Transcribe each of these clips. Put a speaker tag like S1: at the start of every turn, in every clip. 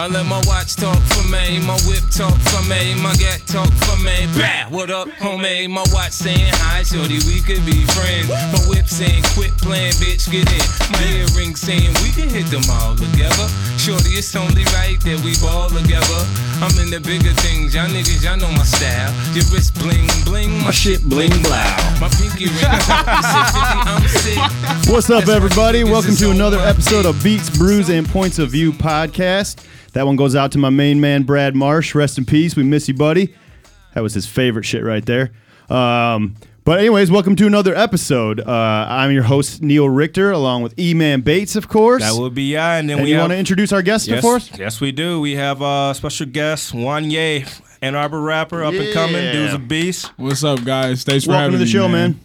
S1: I let my watch talk for me, my whip talk for me, my gat talk for me. Bah, what up, homie? My watch saying hi, shorty, we could be friends. My whip saying quit playing, bitch, get in. My earring saying we can hit them all together. Shorty, it's only right that we ball together. I'm in the bigger things, y'all niggas, y'all know my style. Your wrist bling bling, my shit bling blow. My pinky ring, I'm sick.
S2: What's
S1: That's
S2: up,
S1: why
S2: everybody?
S1: niggas
S2: Welcome
S1: is
S2: to
S1: on
S2: another
S1: my
S2: episode
S1: dick.
S2: of Beats, Brews, and Points of View podcast. That one goes out to my main man, Brad Marsh. Rest in peace. We miss you, buddy. That was his favorite shit right there. Um, but, anyways, welcome to another episode. Uh, I'm your host, Neil Richter, along with E Man Bates, of course.
S3: That would be yeah, and then
S2: and
S3: we
S2: you
S3: have,
S2: want to introduce our guest,
S3: yes,
S2: of course?
S3: Yes, we do. We have a uh, special guest, Wanye, Ann Arbor rapper, up and coming,
S2: Yeah.
S3: dude's a beast.
S4: What's up, guys? Thanks for having
S2: Welcome to the
S4: me,
S2: show, man.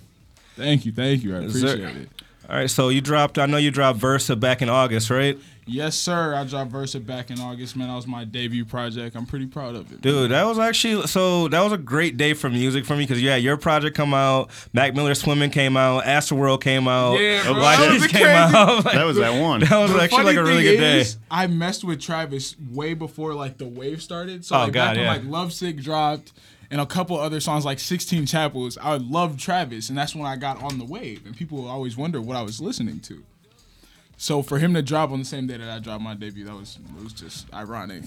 S4: Thank you, thank you. I
S3: sir.
S4: appreciate it.
S3: All right, so you dropped. I know you dropped Versa back in August, right?
S4: Yes, sir. I dropped Versa back in August, man. That was my debut project. I'm pretty proud of it.
S3: Dude, that was actually so. That was a great day for music for me because you had your project come out, Mac Miller Swimming came out, Astroworld came out,
S5: Yeah, bro.
S3: Why
S5: That
S3: These
S5: was
S3: came
S5: crazy.
S3: out. Like,
S2: That was that one.
S3: that was
S4: The
S3: actually like
S4: funny
S3: a really
S4: thing
S3: good day.
S4: is, I messed with Travis way before like the wave started. So
S3: Oh,
S4: like,
S3: God,
S4: back
S3: yeah.
S4: when like Love Sick dropped and a couple other songs like 16 Chapels, I loved Travis, and that's when I got on the wave. And people always wonder what I was listening to. So for him to drop on the same day that I dropped my debut, that was it was just ironic.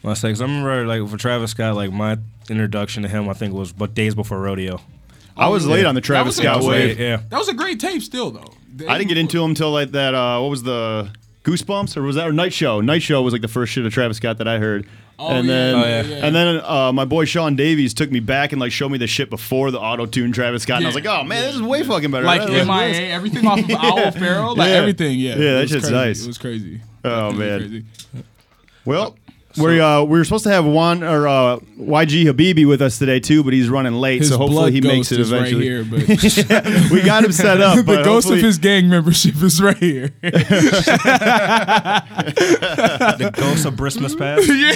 S3: One second, 'cause I remember like for Travis Scott, like my introduction to him, I think was but days before rodeo.
S2: I was late on the Travis
S4: That was a-
S2: Scott
S4: that was
S2: wave.
S4: a-
S3: Yeah.
S4: That was a great tape still though.
S2: I didn't get into him until like that. Uh, what was the Goosebumps or was that or Night Show? Night Show was like the first shit of Travis Scott that I heard.
S4: Oh,
S2: and
S4: yeah,
S2: then,
S4: Oh, yeah, yeah.
S2: and then uh, my boy Sean Davies took me back and like showed me the shit before the auto tune Travis Scott, and I was like,
S4: Yeah.
S2: oh man, this is way fucking better.
S4: like
S2: That was-
S4: MIA, everything off of Owl Farrell, like
S2: Yeah.
S4: everything, yeah.
S2: Yeah,
S4: It
S2: that
S4: was
S2: shit's
S4: crazy.
S2: nice.
S4: It was crazy. It
S2: Oh,
S4: was
S2: man.
S4: crazy.
S2: Well, we uh, we were supposed to have Juan or uh, YG Habibi with us today too, but he's running late,
S4: His
S2: so hopefully
S4: blood
S2: he makes
S4: ghost
S2: it
S4: is
S2: eventually.
S4: Right here, but
S2: we got him set up.
S4: the
S2: but
S4: ghost
S2: hopefully-
S4: of his gang membership is right here.
S3: The Ghost of Christmas Past. yeah.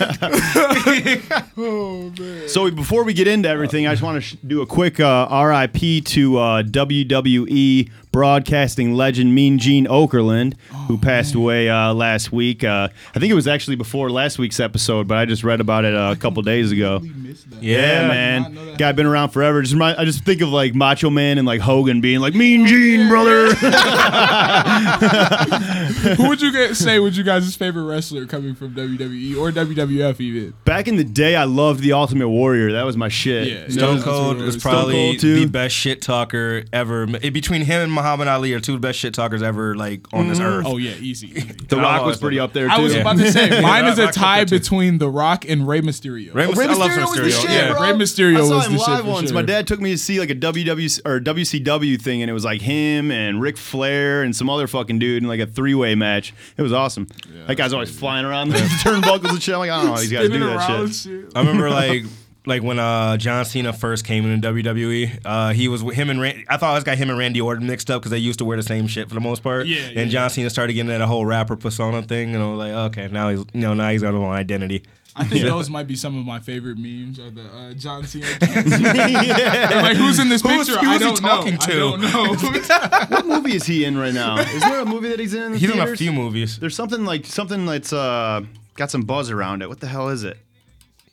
S3: The Ghost of Christmas
S2: So before we get into everything, I just want to sh- do a quick uh, RIP to uh, WWE broadcasting legend Mean Gene Okerlund,
S4: Oh,
S2: who passed away uh, last week. Uh, I think it was actually before last week's episode, but I just read about it uh, a couple days ago.
S4: I
S2: Yeah,
S4: did not know
S2: man,
S4: that.
S2: guy been around forever. Just remind, I just think of like Macho Man and like Hogan being like Mean Gene, brother.
S4: Who would you get, say was you guys' favorite wrestler coming from WWE or WWF even?
S2: Back in the day, I loved the Ultimate Warrior. That was my shit.
S4: Yeah.
S2: That
S3: Stone
S2: was-
S3: Cold is
S4: Stone
S3: probably
S2: Cold, too.
S3: the best shit talker ever. In between him and Muhammad Ali are two best shit talkers ever, like on this earth.
S4: Oh yeah, easy. easy.
S2: The
S3: I
S2: Rock
S3: always
S2: was pretty
S3: loved
S2: up there too.
S4: I was about to say mine is a
S3: Rock- Rock
S4: tie
S3: Rock too.
S4: between The Rock and Rey Mysterio.
S3: Rey Mysterio, I love Rey Mysterio. yeah.
S4: bro. Rey Mysterio
S2: I saw
S4: was
S2: him
S4: the shit
S2: live
S4: for
S2: once.
S4: sure.
S2: My dad took me to see like a WW or WCW thing, and it was like him and Ric Flair and some other fucking dude in like a three way match. It was awesome. that guy's always flying around the turnbuckles and shit. I'm like, I don't know, how these guys do
S4: Spinning
S2: that
S4: around
S2: shit.
S4: and shit.
S3: I remember like like when uh, John Cena first came in WWE, uh, he was with him and Ran- I thought I always got him and Randy Orton mixed up because they used to wear the same shit for the most part.
S4: Yeah, yeah.
S3: And John Cena started getting that whole rapper persona thing, and I was like, okay, now he's you know now he's got his own identity.
S4: I think those might be some of my favorite memes are the uh, John Cena. Like who's in this
S3: Who's-
S4: picture?
S3: who's
S4: I
S3: he
S4: don't know.
S3: talking to?
S4: I don't know.
S2: What movie is he in right now? Is there a movie that he's in? in the
S3: He's in a
S2: theaters?
S3: few movies.
S2: There's something like something that's uh, got some buzz around it. What the hell is it?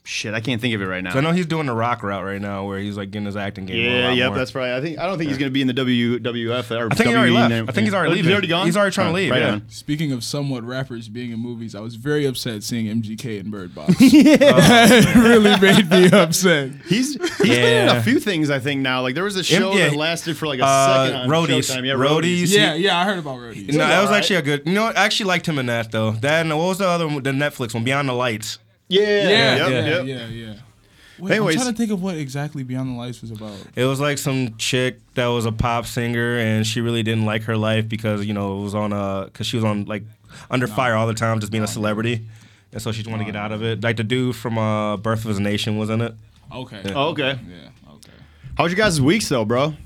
S2: Shit, I can't think of it right now.
S3: I know he's doing the rock route right now, where he's like getting his acting game. a
S2: yeah,
S3: lot
S2: yep,
S3: more.
S2: that's probably. I think I don't think he's gonna be in the WWF or E
S3: I think he already left. I think he's already leaving.
S2: He's already gone.
S3: He's already trying to
S2: Oh,
S3: leave,
S2: Right
S3: yeah.
S2: on.
S4: Speaking of somewhat rappers being in movies, I was very upset seeing MGK in Bird Box. it really made me upset.
S2: He's he's been in
S3: Yeah.
S2: a few things I think now. Like there was a
S3: Im-
S2: show
S3: yeah.
S2: that lasted for like a
S3: Uh,
S2: second on
S3: Roadies.
S2: Showtime. Yeah,
S3: Roadies.
S2: Roadies.
S4: Yeah, yeah, I heard about Roadie.
S3: No, that was
S2: alright.
S3: actually a good. You know, what? I actually liked him in that though. That and what was the other one? The Netflix one, Beyond the Lights.
S2: Yeah,
S4: yeah, yeah,
S2: yep,
S4: yeah,
S2: yep.
S4: yeah, Wait,
S2: Anyways.
S4: I'm trying to think of what exactly Beyond the Lights was about.
S3: It was like some chick that was a pop singer, and she really didn't like her life because you know it was on a because she was on like under fire all the time, just being a celebrity, and so she just wanted to get out of it. Like the dude from uh, Birth of a Nation was in it.
S4: Okay.
S2: Oh, okay.
S4: Yeah. Okay.
S2: How was your guys' weeks though, bro? You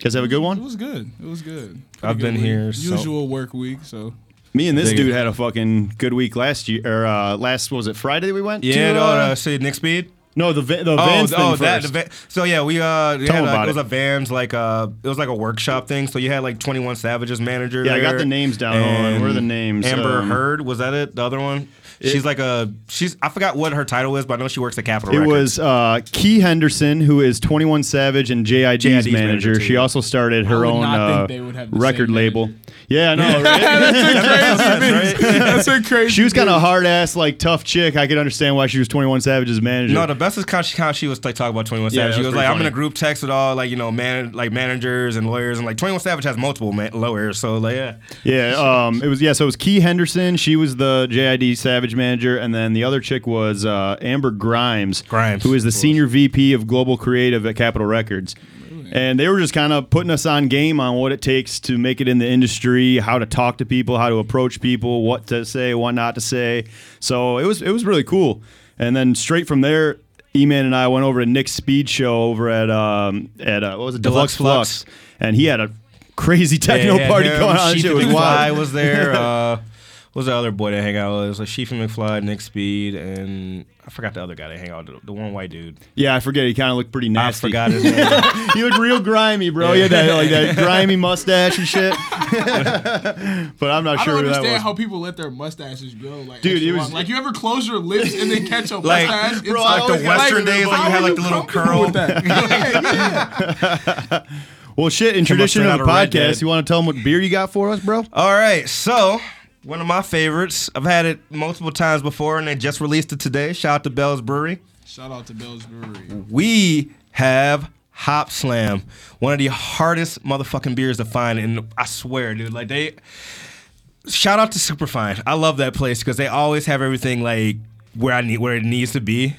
S2: guys have a good
S4: It
S2: one.
S4: was good. It was good.
S3: I've
S4: Pretty
S3: been
S4: good week.
S3: here, so-
S4: Usual work week. So
S2: Me and this
S3: Dig it.
S2: dude had a fucking good week last year or uh, last what was it Friday we went?
S3: Yeah,
S2: to,
S3: no,
S2: uh,
S3: uh, see Nick Speed.
S2: No, the va- the
S3: Oh,
S2: Vans thing
S3: oh,
S2: first.
S3: that event. So yeah, we uh, we
S2: Tell
S3: had
S2: them
S3: a,
S2: about
S3: it was
S2: it.
S3: a Vans like uh, it was like a workshop thing. So you had like Twenty One Savage's manager.
S2: Yeah, I got
S3: there,
S2: the names down. Hold on,
S3: and
S2: where are the names?
S3: Amber
S2: Um,
S3: Heard was that it? The other one. she's like a she's I forgot what her title is, but I know she works at Capitol.
S2: It was
S3: Records.
S2: uh, Key Henderson, who is 21 Savage and JID's,
S3: JID's
S2: manager.
S3: manager, too.
S2: She also started her
S6: would
S2: own
S6: not think
S2: uh,
S6: they would have the
S2: record
S6: same
S2: label. Yeah, I know. Right?
S6: That's a crazy.
S2: she was kind of hard ass, like tough chick. I could understand why she was 21 Savage's manager.
S3: No, the best is how she, how she was like talking about Twenty One
S2: Yeah, that
S3: Savage. She
S2: was
S3: was
S2: pretty
S3: like, "I'm in
S2: funny.
S3: a group text with all like you know man like managers and lawyers and like Twenty One Savage has multiple man- lawyers, so like yeah,
S2: yeah, um, it was yeah. So it was Key Henderson. She was the JID Savage manager, and then the other chick was uh, Amber Grimes,
S3: Grimes,
S2: who is the
S3: of course.
S2: senior VP of Global Creative at Capitol Records. And they were just kind of putting us on game on what it takes to make it in the industry, how to talk to people, how to approach people, what to say, what not to say. So it was it was really cool. And then straight from there, E-Man and I went over to Nick's speed show over at um, at uh, what was it
S3: Deluxe Flux.
S2: and he had a crazy techno
S3: Yeah, yeah,
S2: party
S3: him,
S2: going on. That
S3: Sheaf
S2: shit was
S3: McFly
S2: wild.
S3: was there. Uh, what was the other boy that hang out with? It was like Sheaf and McFly, Nick Speed, and I forgot the other guy that hang out. with, The one white dude.
S2: Yeah, I forget. He kind of looked pretty nasty.
S3: I forgot his name.
S2: he looked real grimy, bro. He had that like that grimy mustache and shit. but I'm not
S6: I
S2: sure
S6: don't
S2: who that
S6: understand
S2: was.
S6: how people let their mustaches grow. Like,
S2: Dude,
S6: extra
S2: it was-
S6: long. like you ever close your lips and then catch a
S3: Like,
S6: mustache? It's
S2: bro, I
S3: like the
S2: always-
S3: Western days, like
S6: how
S3: you
S6: are
S3: had like the little
S6: comfortable
S3: curl.
S6: with that? yeah, yeah.
S2: well, shit. In
S3: up
S2: tradition
S3: straight
S2: of the
S3: outta Red
S2: podcast,
S3: Dead.
S2: you want to tell them what beer you got for us, bro?
S3: All right, so one of my favorites. I've had it multiple times before, and they just released it today. Shout out to Bell's Brewery.
S6: Shout out to Bell's Brewery.
S3: we have Hop Slam, one of the hardest motherfucking beers to find, and I swear, dude, like they. Shout out to Superfine. I love that place because they always have everything like where I need where it needs to be.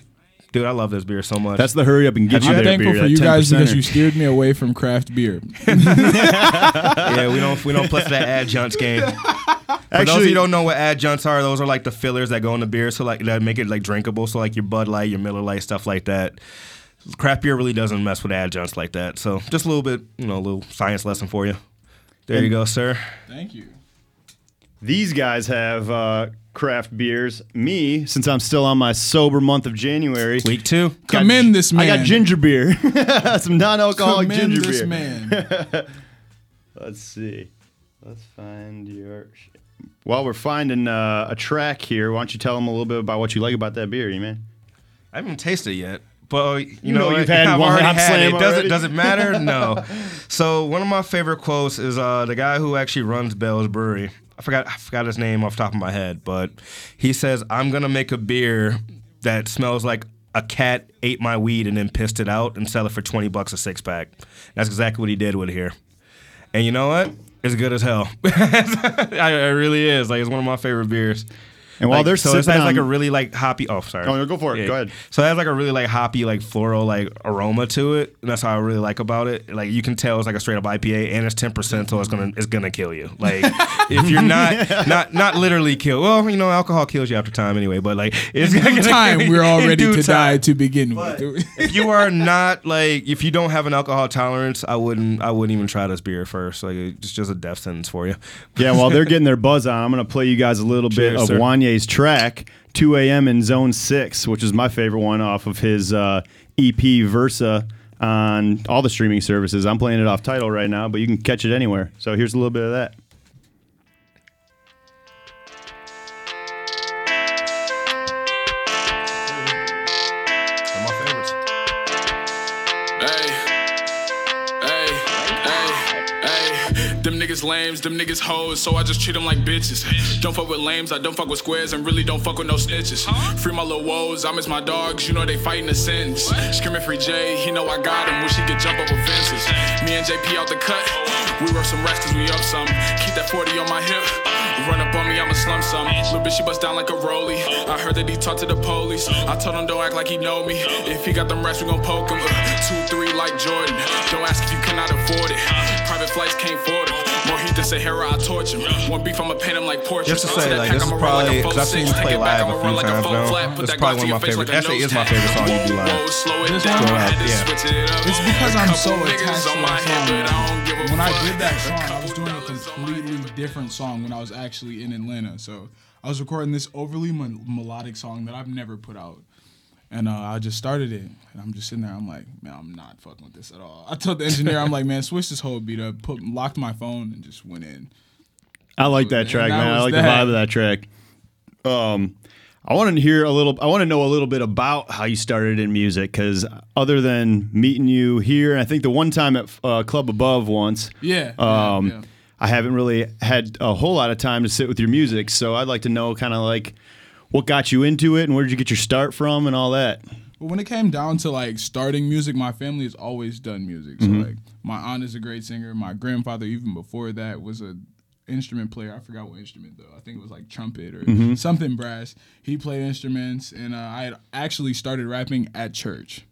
S3: Dude, I love this beer so much.
S2: That's the hurry up and get you
S6: I'm
S2: there
S6: thankful
S2: beer.
S6: for
S2: that
S6: you guys
S2: 10%er.
S6: because you steered me away from craft beer.
S3: yeah, we don't we don't play that adjuncts game. For those of
S2: Actually,
S3: you who don't know what adjuncts are, those are like the fillers that go in the beer, so like that make it like drinkable. So like your Bud Light, your Miller Light, stuff like that. Craft beer really doesn't mess with adjuncts like that. So just a little bit, you know, a little science lesson for you. There you go, sir.
S6: Thank you.
S2: These guys have uh, craft beers. Me, since I'm still on my sober month of January,
S3: Week two.
S2: got-
S6: Commend this man.
S2: I got ginger beer, some non-alcoholic
S6: Commend
S2: ginger
S6: this
S2: beer.
S6: man.
S2: Let's see. Let's find your. While we're finding uh, a track here, why don't you tell them a little bit about what you like about that beer, you man?
S3: I haven't tasted it yet, but uh, you,
S2: You know
S3: know,
S2: you've had
S3: I've
S2: one
S3: already
S2: Hop
S3: had
S2: Slam
S3: it. Does
S2: already.
S3: it does it matter? No. So one of my favorite quotes is uh, the guy who actually runs Bell's Brewery. I forgot I forgot his name off the top of my head, but he says I'm gonna make a beer that smells like a cat ate my weed and then pissed it out and sell it for twenty bucks a six pack. That's exactly what he did with it here. And you know what? It's good as hell. I- it really is. Like it's one of my favorite beers.
S2: And while
S3: Like,
S2: they're
S3: so
S2: sipping
S3: it has like
S2: on-
S3: a really like hoppy. Oh, sorry.
S2: Oh, no, go for it. Go ahead.
S3: So it has like a really like hoppy, like floral, like aroma to it, and that's how I really like about it. Like you can tell it's like a straight up IPA, and it's ten percent, so it's gonna it's gonna kill you. Like if you're not not not literally kill. Well, you know, alcohol kills you after time anyway, but like it's gonna
S6: Time we're
S3: in
S6: all ready
S3: due
S6: to
S3: time.
S6: die to begin with.
S3: But
S6: dude.
S3: if you are not like if you don't have an alcohol tolerance, I wouldn't I wouldn't even try this beer first. Like it's just a death sentence for you.
S2: Yeah, while they're getting their buzz on, I'm going to play you guys a little bit
S3: Cheers,
S2: of
S3: sir.
S2: Wanye's track, 2 a.m. in Zone 6, which is my favorite one off of his uh, EP Versa on all the streaming services. I'm playing it off title right now, but you can catch it anywhere. So here's a little bit of that.
S3: One of my favorites.
S4: Hey, hey, hey, hey. Them niggas lames, them niggas hoes, so I just treat them like bitches. Don't fuck with lames, I don't fuck with squares, and really don't fuck with no snitches. Free my little woes, I miss my dogs, you know they fighting a sentence. Screaming free Jay, he know I got him, wish he could jump over fences. Me and JP out the cut, we work some racks cause we up some. Keep that 40 on my hip. Run up on me, I'ma slump some. Little bitch, she bust down like a rollie. I heard that he talked to the police. I told him don't act like he know me. If he got them rats, we gon' poke him. Uh, Two, three, like Jordan. Don't ask if you cannot afford it. Private flights came for them. More heat than Sahara, I torch him. One beef, I'ma paint him like portraits.
S3: Just to
S4: I'll
S3: say,
S4: take
S3: like,
S4: that
S3: this
S4: pack, I'ma
S3: is
S4: run like
S3: probably
S4: a
S3: because
S4: full
S3: I've seen you
S4: six. Take
S3: play
S4: it back,
S3: live a
S4: I'ma
S3: few
S4: run like a
S3: times
S4: full flat.
S3: now.
S4: Put
S3: This is
S4: that Glock
S3: probably
S4: to
S3: one of my
S4: your face like a
S3: favorites. Actually,
S4: nose
S3: is my
S4: tag.
S3: favorite song you do
S4: Whoa,
S3: live.
S4: slow it
S6: This
S4: down.
S6: one?
S4: Had to
S3: Yeah.
S4: switch it up.
S6: It's because I'm so
S4: Couple niggas
S6: attached
S4: on
S6: to
S4: my
S6: that
S4: head, but I
S6: song.
S4: don't give a
S6: man. When I
S4: fuck.
S6: did that song, I was doing a
S4: Couple dollars on my
S6: completely different song when I was actually in Atlanta. So I was recording this overly mon- melodic song that I've never put out. And uh, I just started it, and I'm just sitting there. I'm like, man, I'm not fucking with this at all. I told the engineer, I'm like, man, switch this whole beat up. Put locked my phone and just went in.
S2: I like that
S6: And
S2: track,
S6: that
S2: man. I
S6: was
S2: like the
S6: that.
S2: vibe of that track. Um, I want to hear a little. I want to know a little bit about how you started in music, because other than meeting you here, and I think the one time at uh, Club Above once,
S6: Yeah. yeah,
S2: um,
S6: yeah.
S2: I haven't really had a whole lot of time to sit with your music. So I'd like to know kind of like what got you into it and where did you get your start from and all that.
S6: But when it came down to like starting music, my family has always done music. So like my aunt is a great singer. My grandfather, even before that, was a instrument player. I forgot what instrument though. I think it was like trumpet or something brass. He played instruments, and uh, I had actually started rapping at church.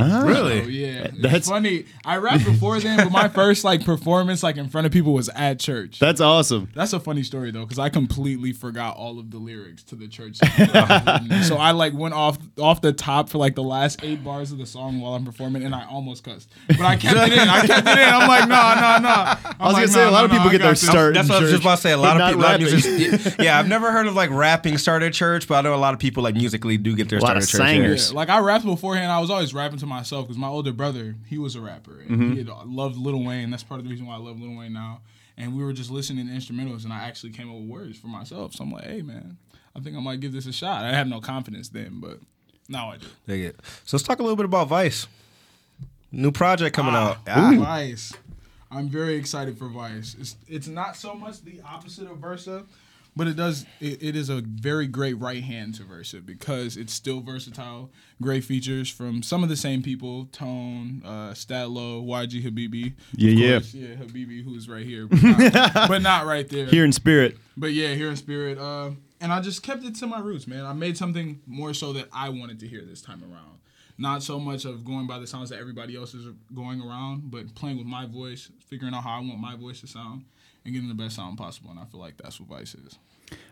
S3: Really?
S6: So, yeah,
S2: That's-
S6: that's funny. I rapped before then, but my first like performance, like in front of people, was at church.
S2: That's awesome.
S6: That's a funny story though, because I completely forgot all of the lyrics to the church. song. so I like went off off the top for like the last eight bars of the song while I'm performing, and I almost cussed. But I kept it in. I kept it in. I'm like, no, no, no.
S2: I was gonna say a lot of people get their start.
S3: That's
S2: in
S3: what I was just
S2: church,
S3: about to say. A
S2: but
S3: lot of
S2: not
S3: people, a lot of
S2: rapping.
S3: musicians- yeah, I've never heard of like rapping start at church, but I know a lot of people like musically do get their
S2: lot
S3: start
S2: of
S3: at church. yeah.
S2: singers.
S6: Yeah, like I rapped beforehand. I was always rapping to myself because my older brother, he was a rapper. And He
S2: Mm-hmm.
S6: had loved Lil Wayne. That's part of the reason why I love Lil Wayne now. And we were just listening to instrumentals, and I actually came up with words for myself. So I'm like, hey man, I think I might give this a shot. I have no confidence then, but now I do.
S3: Dig it. So let's talk a little bit about Vice. New project coming out. Ah.
S6: Vice. I'm very excited for Vice. It's it's not so much the opposite of Versa, but it does it, it is a very great right hand to Versa because it's still versatile. Great features from some of the same people: Tone, uh, Statlow, YG Habibi.
S2: Yeah, yeah.
S6: yeah, yeah. Habibi, who's right here, but not, but not right there.
S2: Here in spirit.
S6: But yeah, here in spirit. Uh, and I just kept it to my roots, man. I made something more so that I wanted to hear this time around. Not so much of going by the sounds that everybody else is going around, but playing with my voice, figuring out how I want my voice to sound, and getting the best sound possible. And I feel like that's what Vice is.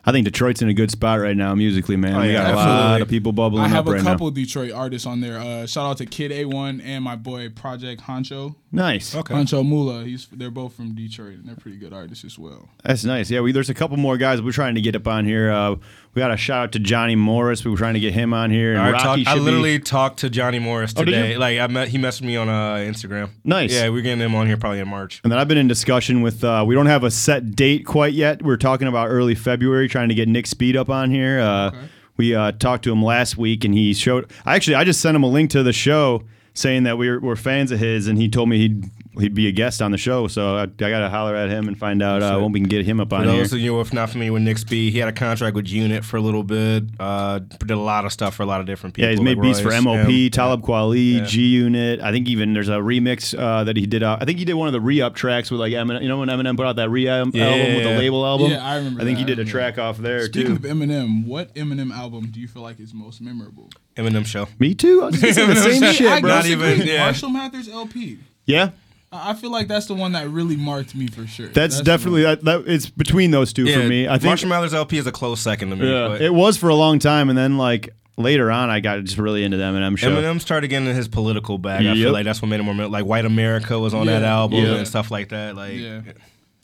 S2: I think Detroit's in a good spot right now musically, man. we
S3: yeah,
S2: got a lot
S3: absolutely.
S2: of people bubbling
S6: I
S2: up
S6: have a
S2: right
S6: couple Detroit artists on there. Uh, shout out to Kid A1 and my boy Project Honcho.
S2: now. Nice.
S3: Ah, Oh.
S6: Honcho Mula. He's they're both from Detroit and they're pretty good artists as well.
S2: That's nice. Yeah, we, there's a couple more guys we're trying to get up on here. Uh, we got a shout out to Johnny Morris. We were trying to get him on here. And
S3: I,
S2: Rocky
S3: talked- I
S2: should be-
S3: literally talked to Johnny Morris
S2: Oh, did you?
S3: today. like I met, he messaged me on uh, Instagram.
S2: Nice.
S3: Yeah, we're getting him on here probably in March.
S2: And then I've been in discussion with. Uh, we don't have a set date quite yet. We're talking about early February, trying to get Nick Speed up on here. Uh, We uh, talked to him last week, and he showed. I actually I just sent him a link to the show, saying that we're, we're fans of his, and he told me he'd he'd be a guest on the show. So I, I got to holler at him and find out uh, when we can get him up
S3: Oh, For
S2: on here.
S3: those of you who are not familiar with Nick Speed, he had a contract with Unit for a little bit. Uh, did a lot of stuff for a lot of different people.
S2: Yeah, he's made
S3: like
S2: beats
S3: Royce,
S2: for MOP,
S3: him.
S2: Talib Kweli, G Unit. I think even there's a remix uh, that he did. Uh, I think he did one of the re-up tracks with like Eminem. You know when Eminem put out that re-up album with the
S3: Yeah.
S2: label album?
S6: Yeah, I remember
S2: I think
S6: that.
S2: he
S6: I
S2: did a
S6: remember
S2: track off there
S6: Speaking
S2: too.
S6: of Eminem, what Eminem album do you feel like is most memorable?
S3: Eminem show.
S2: Me too. I was just saying the same
S6: I
S2: shit, bro.
S3: Not
S6: disagree.
S3: even- yeah.
S6: Marshall Mathers LP.
S2: Yeah,
S6: I I feel like that's the one that really marked me for sure.
S2: that's,
S6: the
S2: definitely that, that. It's between those two for me. I think
S3: Marshall Mathers LP is a close second to me.
S2: yeah,
S3: but
S2: it was for a long time, and then like later on, I got just really into the Eminem show.
S3: Eminem started getting in his political bag. I
S2: Yep.
S3: feel like that's what made him more like White America was on
S6: Yeah.
S3: that album
S2: Yeah.
S3: and stuff like that. Like,
S6: one. Yeah,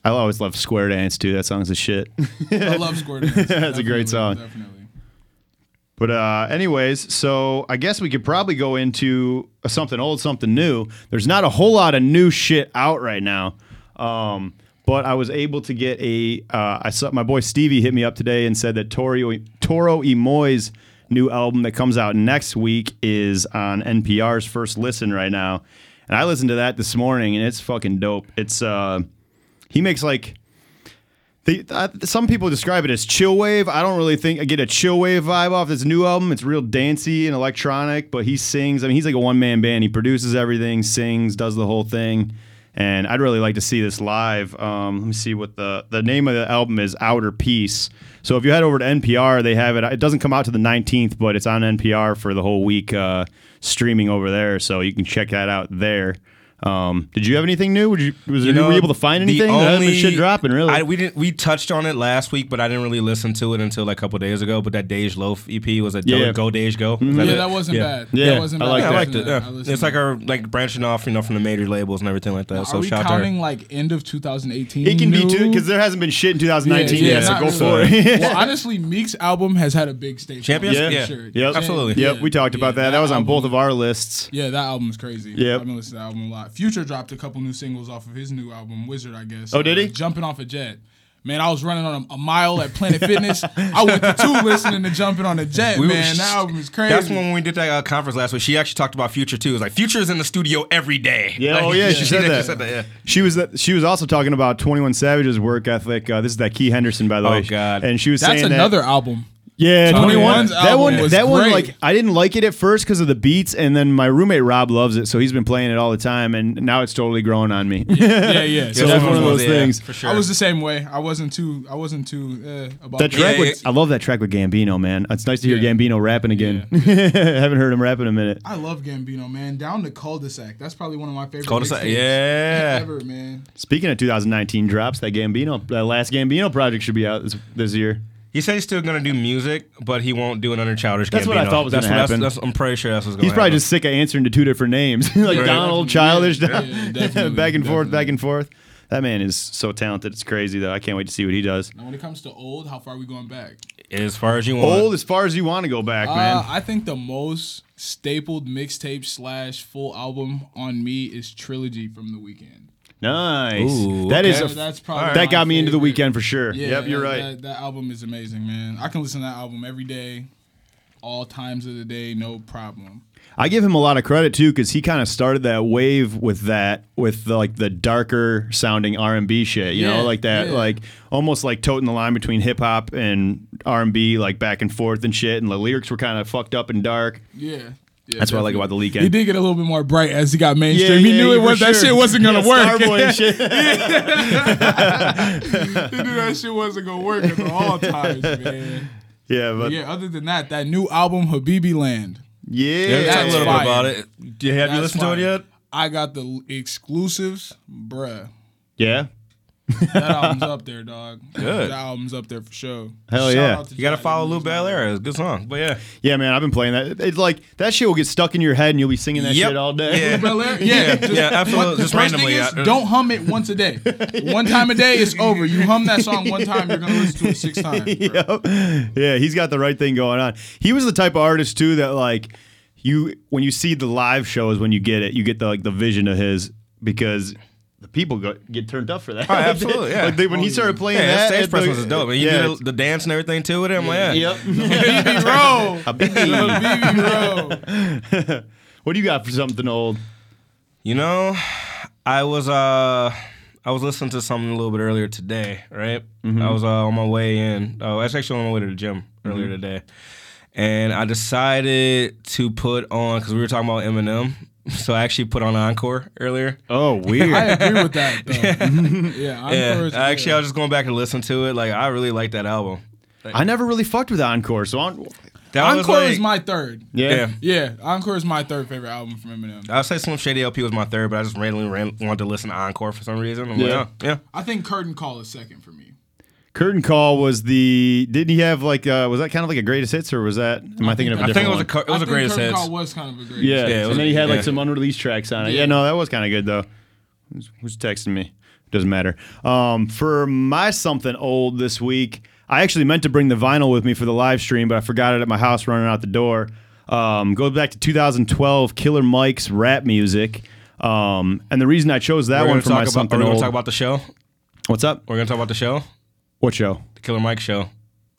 S2: I always loved Square Dance too. That song's a shit.
S6: I love Square Dance.
S2: That's a great
S6: Definitely,
S2: song.
S6: Definitely.
S2: But uh, anyways, so I guess we could probably go into something old, something new. There's not a whole lot of new shit out right now, um, but I was able to get a. Uh, I saw my boy Stevie hit me up today and said that Toro Toro Imoy's new album that comes out next week is on NPR's first listen right now, and I listened to that this morning and it's fucking dope. It's uh, he makes like the, uh, some people describe it as chill wave. I don't really think I get a chill wave vibe off this new album. It's real dancey and electronic, but he sings. I mean, he's like a one man band. He produces everything, sings, does the whole thing. And I'd really like to see this live. Um, let me see what the the name of the album is. Outer Peace. So if you head over to NPR, they have it. It doesn't come out to the 19th, but it's on NPR for the whole week, uh, streaming over there. So you can check that out there. Um, did you have anything new? Would you was
S3: You
S2: you
S3: know,
S2: were you able to find
S3: the
S2: anything? There hasn't been
S3: only-
S2: shit dropping really.
S3: I, we didn't. We touched on it last week, but I didn't really listen to it until like a couple days ago. But that Dej Loaf EP was a
S2: Yeah.
S3: Go Dej Go. Is
S6: Yeah,
S3: it?
S6: that wasn't
S3: Yeah.
S6: bad.
S2: Yeah,
S6: that wasn't
S2: I
S6: bad.
S2: like
S3: Yeah, I
S2: that.
S3: liked it.
S6: Listened to that. I
S3: Yeah.
S6: listened
S3: It's
S6: to
S3: like
S6: that.
S3: our like branching off, you know, from the major labels and everything like that. so
S6: Are we
S3: shout out to
S6: counting
S3: her.
S6: like end of 2018?
S2: it can be
S6: new?
S2: too because there hasn't been shit in 2019
S6: Yeah,
S2: yet.
S6: yeah,
S2: so
S6: not
S2: go
S6: really.
S2: for it.
S6: well, honestly, Meek's album has had a big stage.
S3: Champions?
S6: for
S3: Yeah.
S6: sure.
S2: Yep.
S3: Absolutely.
S2: Yep, we talked
S6: Yeah,
S2: about that. That was on
S6: album-
S2: both of our lists.
S6: Yeah, that album's crazy.
S2: Yep.
S6: I've been listening to that album a lot. Future dropped a couple new singles off of his new album, Wizard, I guess. Uh,
S2: Oh, did he?
S6: Jumping off a jet. Man, I was running on a, a mile at Planet Fitness. I went to two listening to Jumping on a Jet,
S3: We were-
S6: man. That album is crazy.
S3: That's when we did that uh, conference last week. She actually talked about Future too. It was like Future is in the studio every day.
S2: Yeah,
S3: Like,
S2: oh yeah, she said
S3: did-
S2: that.
S3: She said that. Yeah.
S2: She was she was also talking about Twenty One Savage's work ethic. Uh, this is that Key Henderson, by the
S3: Oh,
S2: way.
S3: God.
S2: And she was
S6: That's
S2: saying that-
S6: another album.
S2: Yeah,
S6: 21's
S2: That one,
S6: album was
S2: that one,
S6: great.
S2: like I didn't like it at first because of the beats, and then my roommate Rob loves it, so he's been playing it all the time, and now it's totally growing on me.
S6: Yeah, yeah.
S2: so that's one of those
S3: Yeah,
S2: things.
S3: for sure.
S6: I was the same way. I wasn't too. I wasn't too uh, about
S2: That track,
S3: Yeah,
S2: with,
S3: yeah.
S2: I love that track with Gambino, man. It's nice to hear
S6: Yeah.
S2: Gambino rapping again. Haven't heard him rap in a minute.
S6: I love Gambino, man. Down to cul-de-sac. That's probably one of my favorite.
S3: Cul-de-sac.
S6: mixtapes
S3: Yeah.
S6: Ever, man.
S2: Speaking of 2019 drops, that Gambino, that last Gambino project should be out this, this year.
S3: He said he's still gonna do music, but he won't do another childish.
S2: That's what I
S3: Gambino.
S2: thought was
S3: That's
S2: gonna
S3: what- that's-
S2: happen.
S3: That's, I'm pretty sure that's what's gonna.
S2: He's probably
S3: happen.
S2: just sick of answering to two different names, like
S3: Right.
S2: Donald, childish, Don-
S6: yeah, definitely,
S2: back and forth,
S6: definitely.
S2: back and forth. That man is so talented. It's crazy though. I can't wait to see what he does.
S6: Now, when it comes to old, how far are we going back?
S3: as far as you want.
S2: Old as far as you want to go back,
S6: Uh,
S2: man.
S6: I think the most stapled mixtape slash full album on me is Trilogy from the Weekend.
S2: Nice.
S3: Ooh,
S2: that is
S6: Yeah,
S2: a f-
S6: that's probably
S2: that got
S6: my
S2: me into the
S6: favorite.
S2: weekend for sure.
S6: Yeah,
S2: yep, you're
S6: that-
S2: right.
S6: That, that album is amazing, man. I can listen to that album every day, all times of the day, no problem.
S2: I give him a lot of credit too because he kind of started that wave with that, with the, like the darker sounding R and B shit. You
S6: Yeah,
S2: know, like that,
S6: yeah.
S2: like almost like toting the line between hip hop and R and B, like back and forth and shit. And the lyrics were kind of fucked up and dark.
S6: Yeah. yeah
S2: That's what I like
S6: definitely.
S2: about the weekend.
S6: He did get a little bit more bright as he got mainstream. he knew it was that shit wasn't gonna work.
S2: Starboy and shit.
S6: he knew that shit wasn't gonna work at all times, man.
S2: yeah, but yeah,
S6: Yeah. Other than that, that new album Habibi Land.
S3: yeah, talk a
S6: that's
S3: little
S6: fire.
S3: bit about it. Do you- Have you
S6: That's
S3: listened
S6: fire.
S3: to it yet?
S6: I got the l- exclusives, bruh.
S2: yeah.
S6: That album's up there, dog.
S3: Good.
S6: That album's up there for sure.
S2: Hell
S6: Shout
S2: yeah.
S6: out to
S3: You gotta
S6: Jack.
S3: follow Lou Belair. It's a good song, but yeah,
S2: Yeah, man, I've been playing that. It's like that shit will get stuck in your head and you'll be singing that
S3: Yep.
S2: shit all day.
S3: Yeah.
S6: Bel Air? Yeah, just,
S3: yeah, absolutely. Just
S6: first
S3: randomly.
S6: thing is,
S3: I- uh,
S6: don't hum it once a day. One time a day, it's over. You hum that song one time, you're gonna listen to it six times. bro.
S2: Yep. Yeah, he's got the right thing going on. He was the type of artist too that like you when you see the live shows when you get it, you get the like the vision of his because the people go, get turned up for that.
S3: Oh, absolutely, yeah.
S2: like they, when he started playing
S3: Yeah, that
S2: that,
S3: stage
S2: at the-
S3: presence is dope. And you
S2: yeah,
S3: do the, the dance and everything to it. I'm like, yeah.
S2: Yep.
S6: Habibi, bro. Habibi, bro.
S2: what do you got for something old?
S3: You know, I was uh I was listening to something a little bit earlier today, right?
S2: Mm-hmm.
S3: I was uh, on my way in. Oh, I was actually on my way to the gym earlier
S2: Mm-hmm.
S3: today, and I decided to put on because we were talking about Eminem. So I actually put on Encore earlier.
S2: Oh,
S6: I
S2: weird.
S6: agree with that. Though. yeah, I'm
S3: Yeah,
S6: towards-
S3: actually,
S6: yeah.
S3: I was just going back and listening to it. Like, I really like that album.
S2: I never really fucked with Encore, so I'm,
S3: That was
S6: Encore
S3: like-
S6: is my third.
S2: yeah.
S3: Yeah.
S6: Yeah, Encore is my third favorite album from Eminem.
S3: I would say Slim Shady LP was my third, but I just randomly ran, wanted to listen to Encore for some reason. I'm
S2: Yeah.
S3: like, oh, yeah.
S6: I think Curtain Call is second for me.
S2: Curtain Call was the didn't he have like uh, was that kind of like a greatest hits or was that am I thinking of a
S3: I
S2: different
S3: think it was
S2: one?
S3: a cur- it was
S6: I
S3: a greatest
S6: think Curtain
S3: hits.
S6: Call was kind of a great.
S2: Yeah,
S3: Yeah, it was-
S2: and then he had like
S3: yeah.
S2: some unreleased tracks on it. Yeah,
S6: Yeah.
S2: no, that was kind of good though. Who's, who's texting me? Doesn't matter. Um, for my something old this week, I actually meant to bring the vinyl with me for the live stream, but I forgot it at my house running out the door. Um, goes back to 2012, Killer Mike's rap music. Um, and the reason I chose that
S3: We're
S2: one
S3: gonna
S2: for my
S3: talk about-
S2: something
S3: We're gonna
S2: old.
S3: talk about the show.
S2: What's up?
S3: We're gonna talk about the show.
S2: What show?
S3: The Killer Mike show.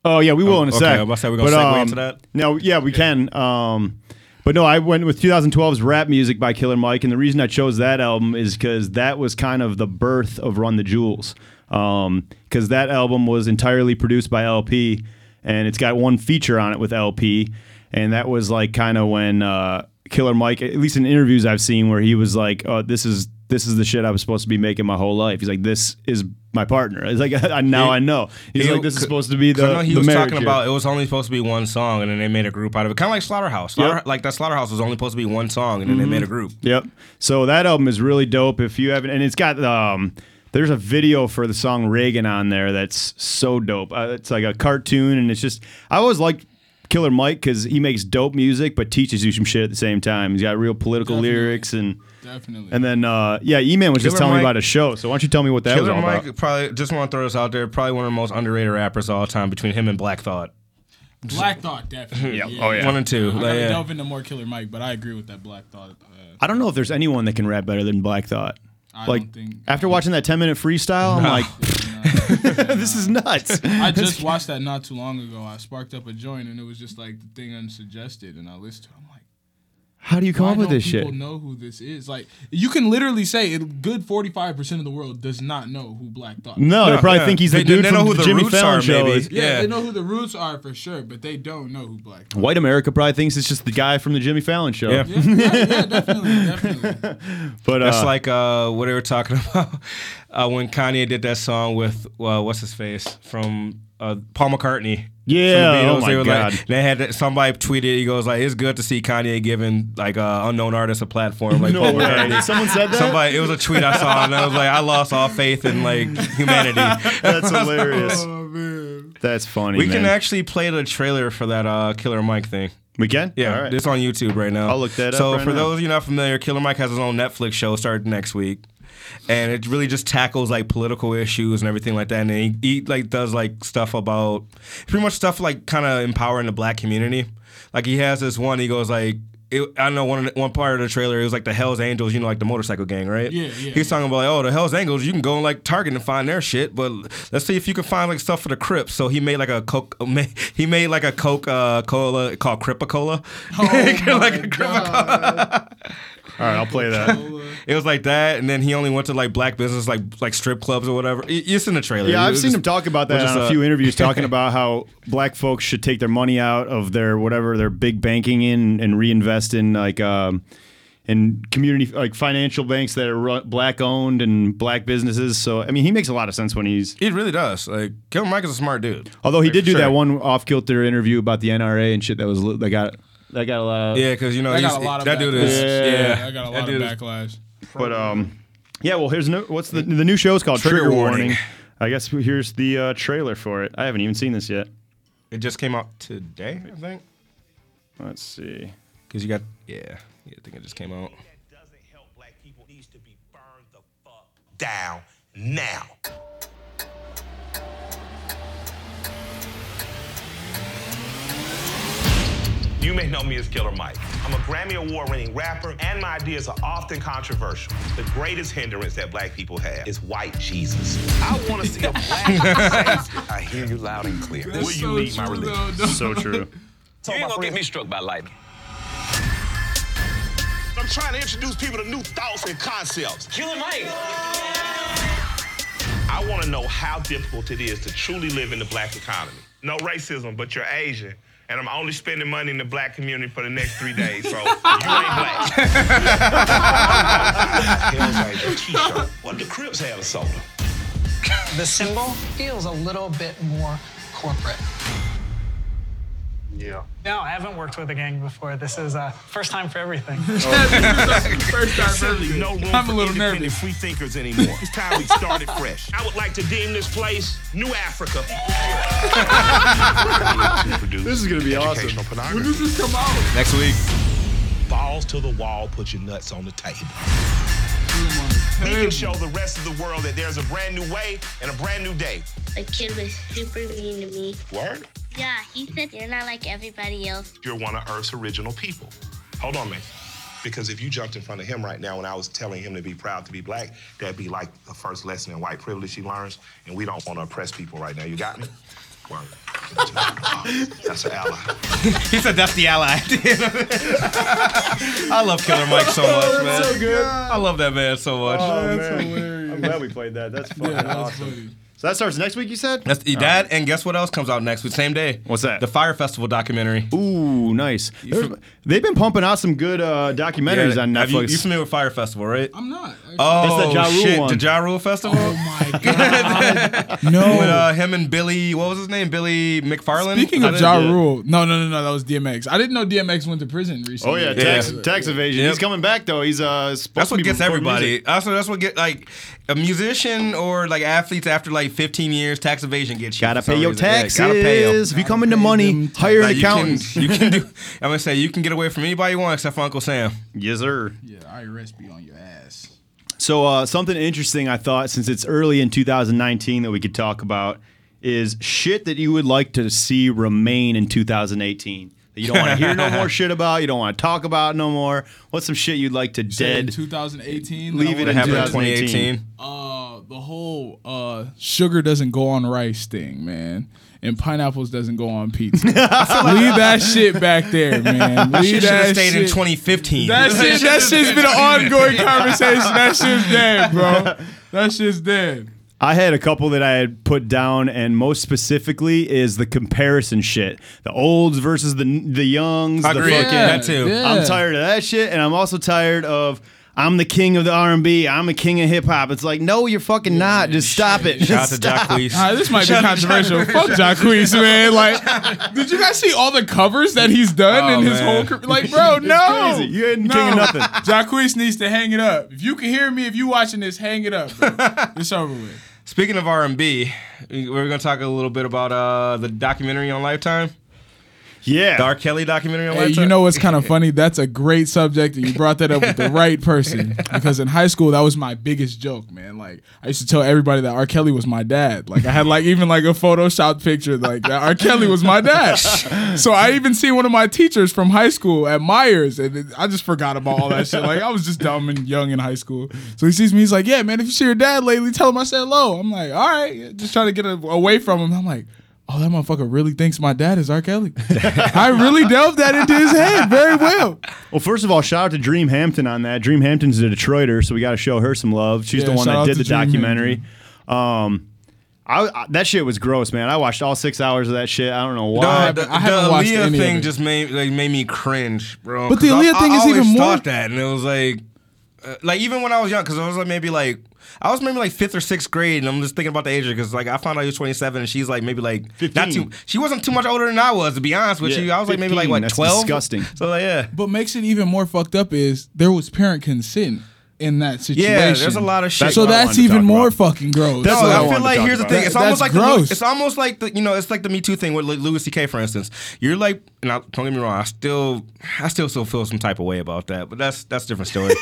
S2: Oh yeah, we will in a
S3: okay,
S2: sec. um,
S3: I was about to say, we're gonna segue into that?
S2: No, yeah, we can. Um, but no, I went with 2012's rap music by Killer Mike, and the reason I chose that album is because that was kind of the birth of Run the Jewels, because that album was entirely produced by LP, and it's got one feature on it with LP, and that was like kind of when uh, Killer Mike, at least in interviews I've seen, where he was like, "Oh, this is." this is the shit I was supposed to be making my whole life. He's like, this is my partner. It's like I, now I know. He's like, this is supposed to be
S3: Cause I
S2: the.
S3: know he
S2: the
S3: was
S2: marriage
S3: talking
S2: here.
S3: about it was only supposed to be one song, and then they made a group out of it. Kind of like Slaughterhouse. Slaughter,
S2: Yep. Mm-hmm.
S3: Like that Slaughterhouse was only supposed to be one song, and then they made a group.
S2: Yep. So that album is really dope. If you haven't, and it's got um, there's a video for the song Reagan on there that's so dope. Uh, it's like a cartoon, and it's just I always liked Killer Mike because he makes dope music but teaches you some shit at the same time. He's got real political
S6: Definitely.
S2: lyrics and.
S6: Definitely.
S2: And then, uh, yeah, E-Man was just
S3: Killer
S2: telling me
S3: Mike-
S2: about a show. So why don't you tell me what that was
S3: Killer
S2: all
S3: Mike
S2: about?
S3: probably just want to throw this out there. Probably one of the most underrated rappers of all time between him and Black Thought.
S6: Black Thought, definitely.
S2: Yeah. Oh, yeah.
S3: One and two.
S6: I
S3: Like,
S6: gotta
S3: yeah.
S6: delve into more Killer Mike, but I agree with that Black Thought. Uh,
S2: I don't know if there's anyone that can rap better than Black Thought.
S6: I
S2: like
S6: don't think-
S2: after watching that 10 minute freestyle, I'm like, this is nuts.
S6: I just watched that not too long ago. I sparked up a joint and it was just like the thing unsuggested, and I listened to. it. I'm like,
S2: How do you come
S6: why
S2: up with
S6: don't
S2: this
S6: people
S2: shit?
S6: know who this is? Like, you can literally say it, good 45 percent of the world does not know who Black Thought. is.
S2: No, they probably
S3: yeah.
S2: think he's
S3: They-
S2: the dude
S3: they know
S2: from
S3: who
S2: the
S3: the
S2: Jimmy
S3: Roots
S2: Fallon
S3: are,
S2: show.
S3: maybe.
S2: is-
S6: Yeah,
S3: Yeah.
S6: they know who the Roots are for sure, but they don't know who Black Thought.
S2: White America probably thinks it's just the guy from the Jimmy Fallon show.
S3: Yeah.
S6: Is. Yeah, yeah, yeah, definitely, definitely.
S2: But uh,
S3: That's like uh, what they were talking about uh, when Kanye did that song with uh, what's his face from uh, Paul McCartney.
S2: Yeah,
S3: From the
S2: oh my
S3: they were
S2: God.
S3: Like, they had that, somebody tweeted. He goes like, "It's good to see Kanye giving like uh, unknown artists a platform." Like
S2: no
S3: Paul
S2: way.
S3: McCartney.
S2: Someone said that.
S3: Somebody, it was a tweet I saw, and I was like, "I lost all faith in like humanity."
S2: That's hilarious. That's funny.
S3: Oh, we can
S2: man.
S3: actually play the trailer for that uh, Killer Mike thing.
S2: We can.
S3: Yeah,
S2: All right.
S3: it's on YouTube right now.
S2: I'll look that up
S3: So
S2: right
S3: for
S2: now.
S3: those you're not familiar, Killer Mike has his own Netflix show starting next week, and it really just tackles like political issues and everything like that. And he, he like does like stuff about pretty much stuff like kind of empowering the black community. Like he has this one. He goes like. It, I know one of the- one part of the trailer it was like the Hell's Angels, you know, like the motorcycle gang, right?
S6: Yeah, yeah.
S3: He's talking about like, oh, the Hell's Angels, you can go and like Target and find their shit, but let's see if you can find like stuff for the Crips. So he made like a Coke, he made like a Coke uh, cola called Cripa Cola.
S6: Oh
S3: Like
S6: my
S3: a
S6: God.
S2: All right. I'll play that.
S3: It was like that, and then he only went to like black business, like like strip clubs or whatever. It- It's in the trailer.
S2: Yeah,
S3: It
S2: I've
S3: was
S2: seen
S3: just-
S2: him talk about that
S3: we're just,
S2: on a
S3: uh,
S2: few interviews, talking about how black folks should take their money out of their whatever their big banking in and reinvest in like um, in community like financial banks that are run, black owned and black businesses. So I mean, he makes a lot of sense when he's
S3: It really does. Like Killer Mike is a smart dude.
S2: although he
S3: Like,
S2: did do
S3: sure.
S2: that one off kilter interview about the NRA and shit that was li- that got that got a lot. of-
S3: Yeah, because you know
S6: I
S3: he's,
S6: got a lot of
S3: that dude is.
S2: Yeah.
S3: Yeah,
S6: I got a
S3: that
S6: lot
S3: dude
S6: of
S3: is-
S6: backlash.
S2: But um, yeah. Well, here's no. What's the the new show is called Trigger,
S3: Trigger
S2: Warning.
S3: Warning.
S2: I guess here's the uh, trailer for it. I haven't even seen this yet.
S3: It just came out today, I think.
S2: Let's see.
S3: Because you got yeah, yeah. I think it just came out.
S7: that doesn't help black people needs to be burned the fuck down now. You may know me as Killer Mike. I'm a Grammy Award winning rapper, and my ideas are often controversial. The greatest hindrance that black people have is white Jesus. I want to see a black savior. I hear you loud and clear. Will
S6: That's so true, though, dog.
S2: So true.
S7: You ain't gonna get me
S8: struck by lightning.
S7: I'm trying to introduce people to new thoughts and concepts.
S8: Killer Mike.
S7: I want to know how difficult it is to truly live in the black economy. No racism, but you're Asian. And I'm only spending money in the black community for the next three days, so you ain't black. Hell's Angel t-shirt. What the Crips had a soda?
S9: The symbol feels a little bit more corporate.
S7: Yeah.
S10: No, I haven't worked with a gang before. This is uh, first time for everything.
S6: First time
S7: Really no room
S6: I'm
S7: for
S6: a little
S7: independent
S6: nervous.
S7: free thinkers anymore. It's time we started fresh. I would like to deem this place New Africa.
S2: This is gonna be awesome.
S7: Educational pornography.
S6: This come out.
S3: Next week.
S7: Balls to the wall, put your nuts on the table. We can show the rest of the world that there's a brand new way and a brand new day.
S11: A kid was super mean to me.
S7: Word?
S11: Yeah, he said you're not like everybody else.
S7: You're one of Earth's original people. Hold on, man. Because if you jumped in front of him right now and I was telling him to be proud to be black, that'd be like the first lesson in white privilege he learns. And we don't want to oppress people right now. You got me? Word. That's an ally.
S3: He said that's the ally. I love Killer Mike so much, man.
S2: so good. Oh,
S3: I love that man so much.
S2: I'm glad we played that. That's fucking
S6: That's
S2: awesome.
S6: funny.
S2: So that starts next week, you said?
S3: That's that, and guess what else comes out next week? Same day.
S2: What's that?
S3: The Fire Festival documentary.
S2: Ooh, nice. There's-
S3: fam-
S2: They've been pumping out some good uh, documentaries on
S3: have you,
S2: Netflix.
S3: you familiar with Fire Festival, right?
S6: I'm not. actually.
S3: Oh
S2: That's the Ja Rule
S3: shit,
S2: one.
S3: the Ja Rule Festival.
S6: my god. no.
S3: With uh, him and Billy, what was his name? Billy McFarland.
S6: Speaking
S2: I
S6: of
S2: didn't
S6: Ja
S2: get it.
S6: Rule, no, no, no, no, that was DMX. I didn't know DMX went to prison
S2: oh
S6: recently.
S2: yeah, tax,
S3: Yeah.
S2: tax evasion.
S3: Yep.
S2: He's coming back though. He's uh supposed
S3: That's
S2: to
S3: what
S2: be
S3: gets
S2: recording
S3: everybody.
S2: music.
S3: Also, that's what get like a musician or like athletes after like 15 years tax evasion gets you.
S2: Gotta
S3: for some
S2: pay your
S3: reason. Yeah,
S2: taxes.
S3: gotta pay 'em.
S2: if you come into money, hire an
S3: Like, you can-
S2: accountant.
S3: You can, do. I'm gonna say you can get away from anybody you want except for Uncle Sam.
S2: Yes, sir.
S6: Yeah, IRS be on your ass.
S2: So uh, something interesting I thought since it's early in 2019 that we could talk about is shit that you would like to see remain in 2018. That you don't want to hear no more shit about. You don't want to talk about no more. What's some shit you'd like to
S6: Said in
S2: dead?
S6: 2018.
S2: Leave
S6: that I
S2: it in
S3: What
S6: wanna
S3: happened in
S2: 2018.
S3: 2018?
S6: Uh, the whole uh, sugar doesn't go on rice thing, man. And pineapples doesn't go on pizza. Leave that shit back there, man. Leave
S3: Shit should
S6: that
S3: have stayed
S6: shit.
S3: in 2015.
S6: that shit, that shit's been an ongoing conversation. That shit's dead, bro. That shit's dead.
S2: I had a couple that I had put down, and most specifically is the comparison shit. The olds versus the the youngs.
S3: I
S2: the
S3: agree.
S2: fucking-
S3: That too.
S6: yeah.
S2: I'm tired of that shit, and I'm also tired of I'm the king of the R&B. I'm a king of hip hop. It's like, no, you're fucking not. Just stop it.
S3: Shout out to Doc
S6: Ah,
S3: Lees.
S6: this might be controversial. Fuck Jacquees, man. Like, did you guys see all the covers that he's done
S3: Oh,
S6: in his
S3: man.
S6: whole career? Like, bro, no.
S2: crazy. You ain't king of nothing.
S6: Jacquees needs to hang it up. If you can hear me, if you watching this, hang it up. Bro. It's over with.
S3: Speaking of R&B, we're gonna talk a little bit about uh, the documentary on Lifetime,
S2: Yeah.
S3: the R. Kelly documentary on
S6: Hey,
S3: Lifetime.
S6: you know what's kind of funny? That's a great subject, and you brought that up with the right person. Because in high school, that was my biggest joke, man. Like I used to tell everybody that R. Kelly was my dad. Like I had like even like a Photoshop picture like that R. Kelly was my dad. So I even see one of my teachers from high school at Myers, and it- I just forgot about all that shit. Like I was just dumb and young in high school. So he sees me, he's like, "Yeah, man, if you see your dad lately, tell him I said hello." I'm like, "All right," yeah, just trying to get a- away from him. I'm like. Oh, that motherfucker really thinks my dad is R. Kelly. I really delved that into his head very well.
S2: Well, first of all, shout out to Dream Hampton on that. Dream Hampton's a Detroiter, so we got to show her some love. She's
S6: Yeah,
S2: the one
S6: shout
S2: that
S6: out
S2: did
S6: to
S2: the
S6: Dream
S2: documentary. Um, I, I- that shit was gross, man. I watched all six hours of that shit. I don't know why.
S3: Uh,
S6: haven't-
S3: the,
S6: I haven't
S3: the
S6: watched
S3: Aaliyah
S6: any of
S3: thing
S6: it.
S3: just made like made me cringe, bro.
S6: But the
S3: 'Cause I-
S6: Aaliyah thing
S3: I
S6: is
S3: always
S6: even more-
S3: Thought that, and it was like, uh, like even when I was young, because I was like maybe like I was maybe like fifth or sixth grade, and I'm just thinking about the age because like I found out he was 27, and she's like maybe like not
S2: 15.
S3: too. She wasn't too much older than I was, to be honest with
S2: Yeah,
S3: you. I was like maybe like
S2: 15,
S3: what
S2: that's
S3: 12.
S2: disgusting.
S3: So like, yeah,
S6: But makes it even more fucked up is there was parent consent in that situation.
S3: yeah. There's a lot of shit.
S2: That's
S6: So
S2: what I
S6: that's
S2: wanted to talk
S6: even more
S2: about.
S6: fucking gross.
S2: That's
S3: No,
S2: what I
S3: Oh, I,
S2: wanted
S3: feel
S2: to
S3: like
S2: talk
S3: here's the
S2: about.
S3: thing.
S6: That-
S3: It's almost
S6: that's
S3: like The, Lu-
S6: gross.
S3: it's almost like the you know it's like the Me Too thing with Lu- Louis C.K. for instance. You're like, and I, don't get me wrong, I still I still still feel some type of way about that, but that's that's a different story.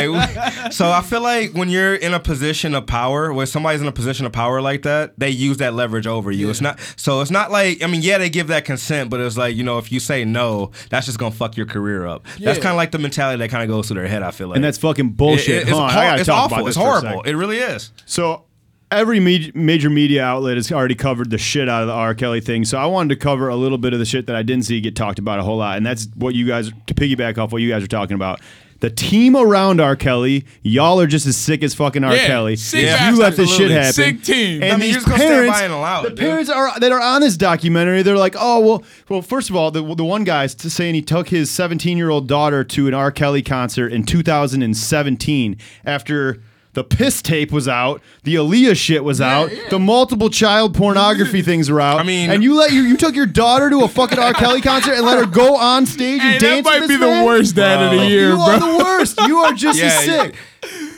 S3: Like, so I feel like when you're in a position of power, where somebody's in a position of power like that, they use that leverage over you. It's not so it's not like I mean yeah they give that consent, but it's like you know if you say no, that's just gonna fuck your career up. That's
S6: Yeah.
S3: kind of like the mentality that kind of goes through their head. I feel like
S2: and that's fucking
S3: It-
S2: bullshit.
S3: it- it's,
S2: Hold on, I
S3: hor-
S2: gotta
S3: it's
S2: talk
S3: awful.
S2: about this for
S3: it's
S2: a
S3: horrible.
S2: sec.
S3: It really is.
S2: So every me- major media outlet has already covered the shit out of the R. Kelly thing. So I wanted to cover a little bit of the shit that I didn't see get talked about a whole lot, and that's what you guys to piggyback off what you guys are talking about. The team around R. Kelly, y'all are just as sick as fucking R.
S6: Yeah,
S2: Kelly.
S6: sick
S2: If
S6: bastards.
S2: you let this shit
S3: Absolutely.
S2: happen.
S6: Sick team.
S2: And
S3: I mean, you're
S2: these
S3: just gonna stand by
S2: parents,
S3: and allow it,
S2: the
S3: dude.
S2: parents are that are on this documentary. They're like, oh well, well. First of all, the the one guy's t- saying he took his 17 year old daughter to an R. Kelly concert in 2017 after. The piss tape was out. The Aaliyah shit was out. The multiple child pornography things were out.
S3: I mean-
S2: and you let you you took your daughter to a fucking R. Kelly concert and let her go on stage and
S6: Hey, that
S2: dance.
S6: might
S2: with
S6: be
S2: this man?
S6: the worst dad of the
S3: Bro.
S6: year,
S2: You
S6: bro.
S2: are the worst. You are just as
S3: Yeah,
S2: sick.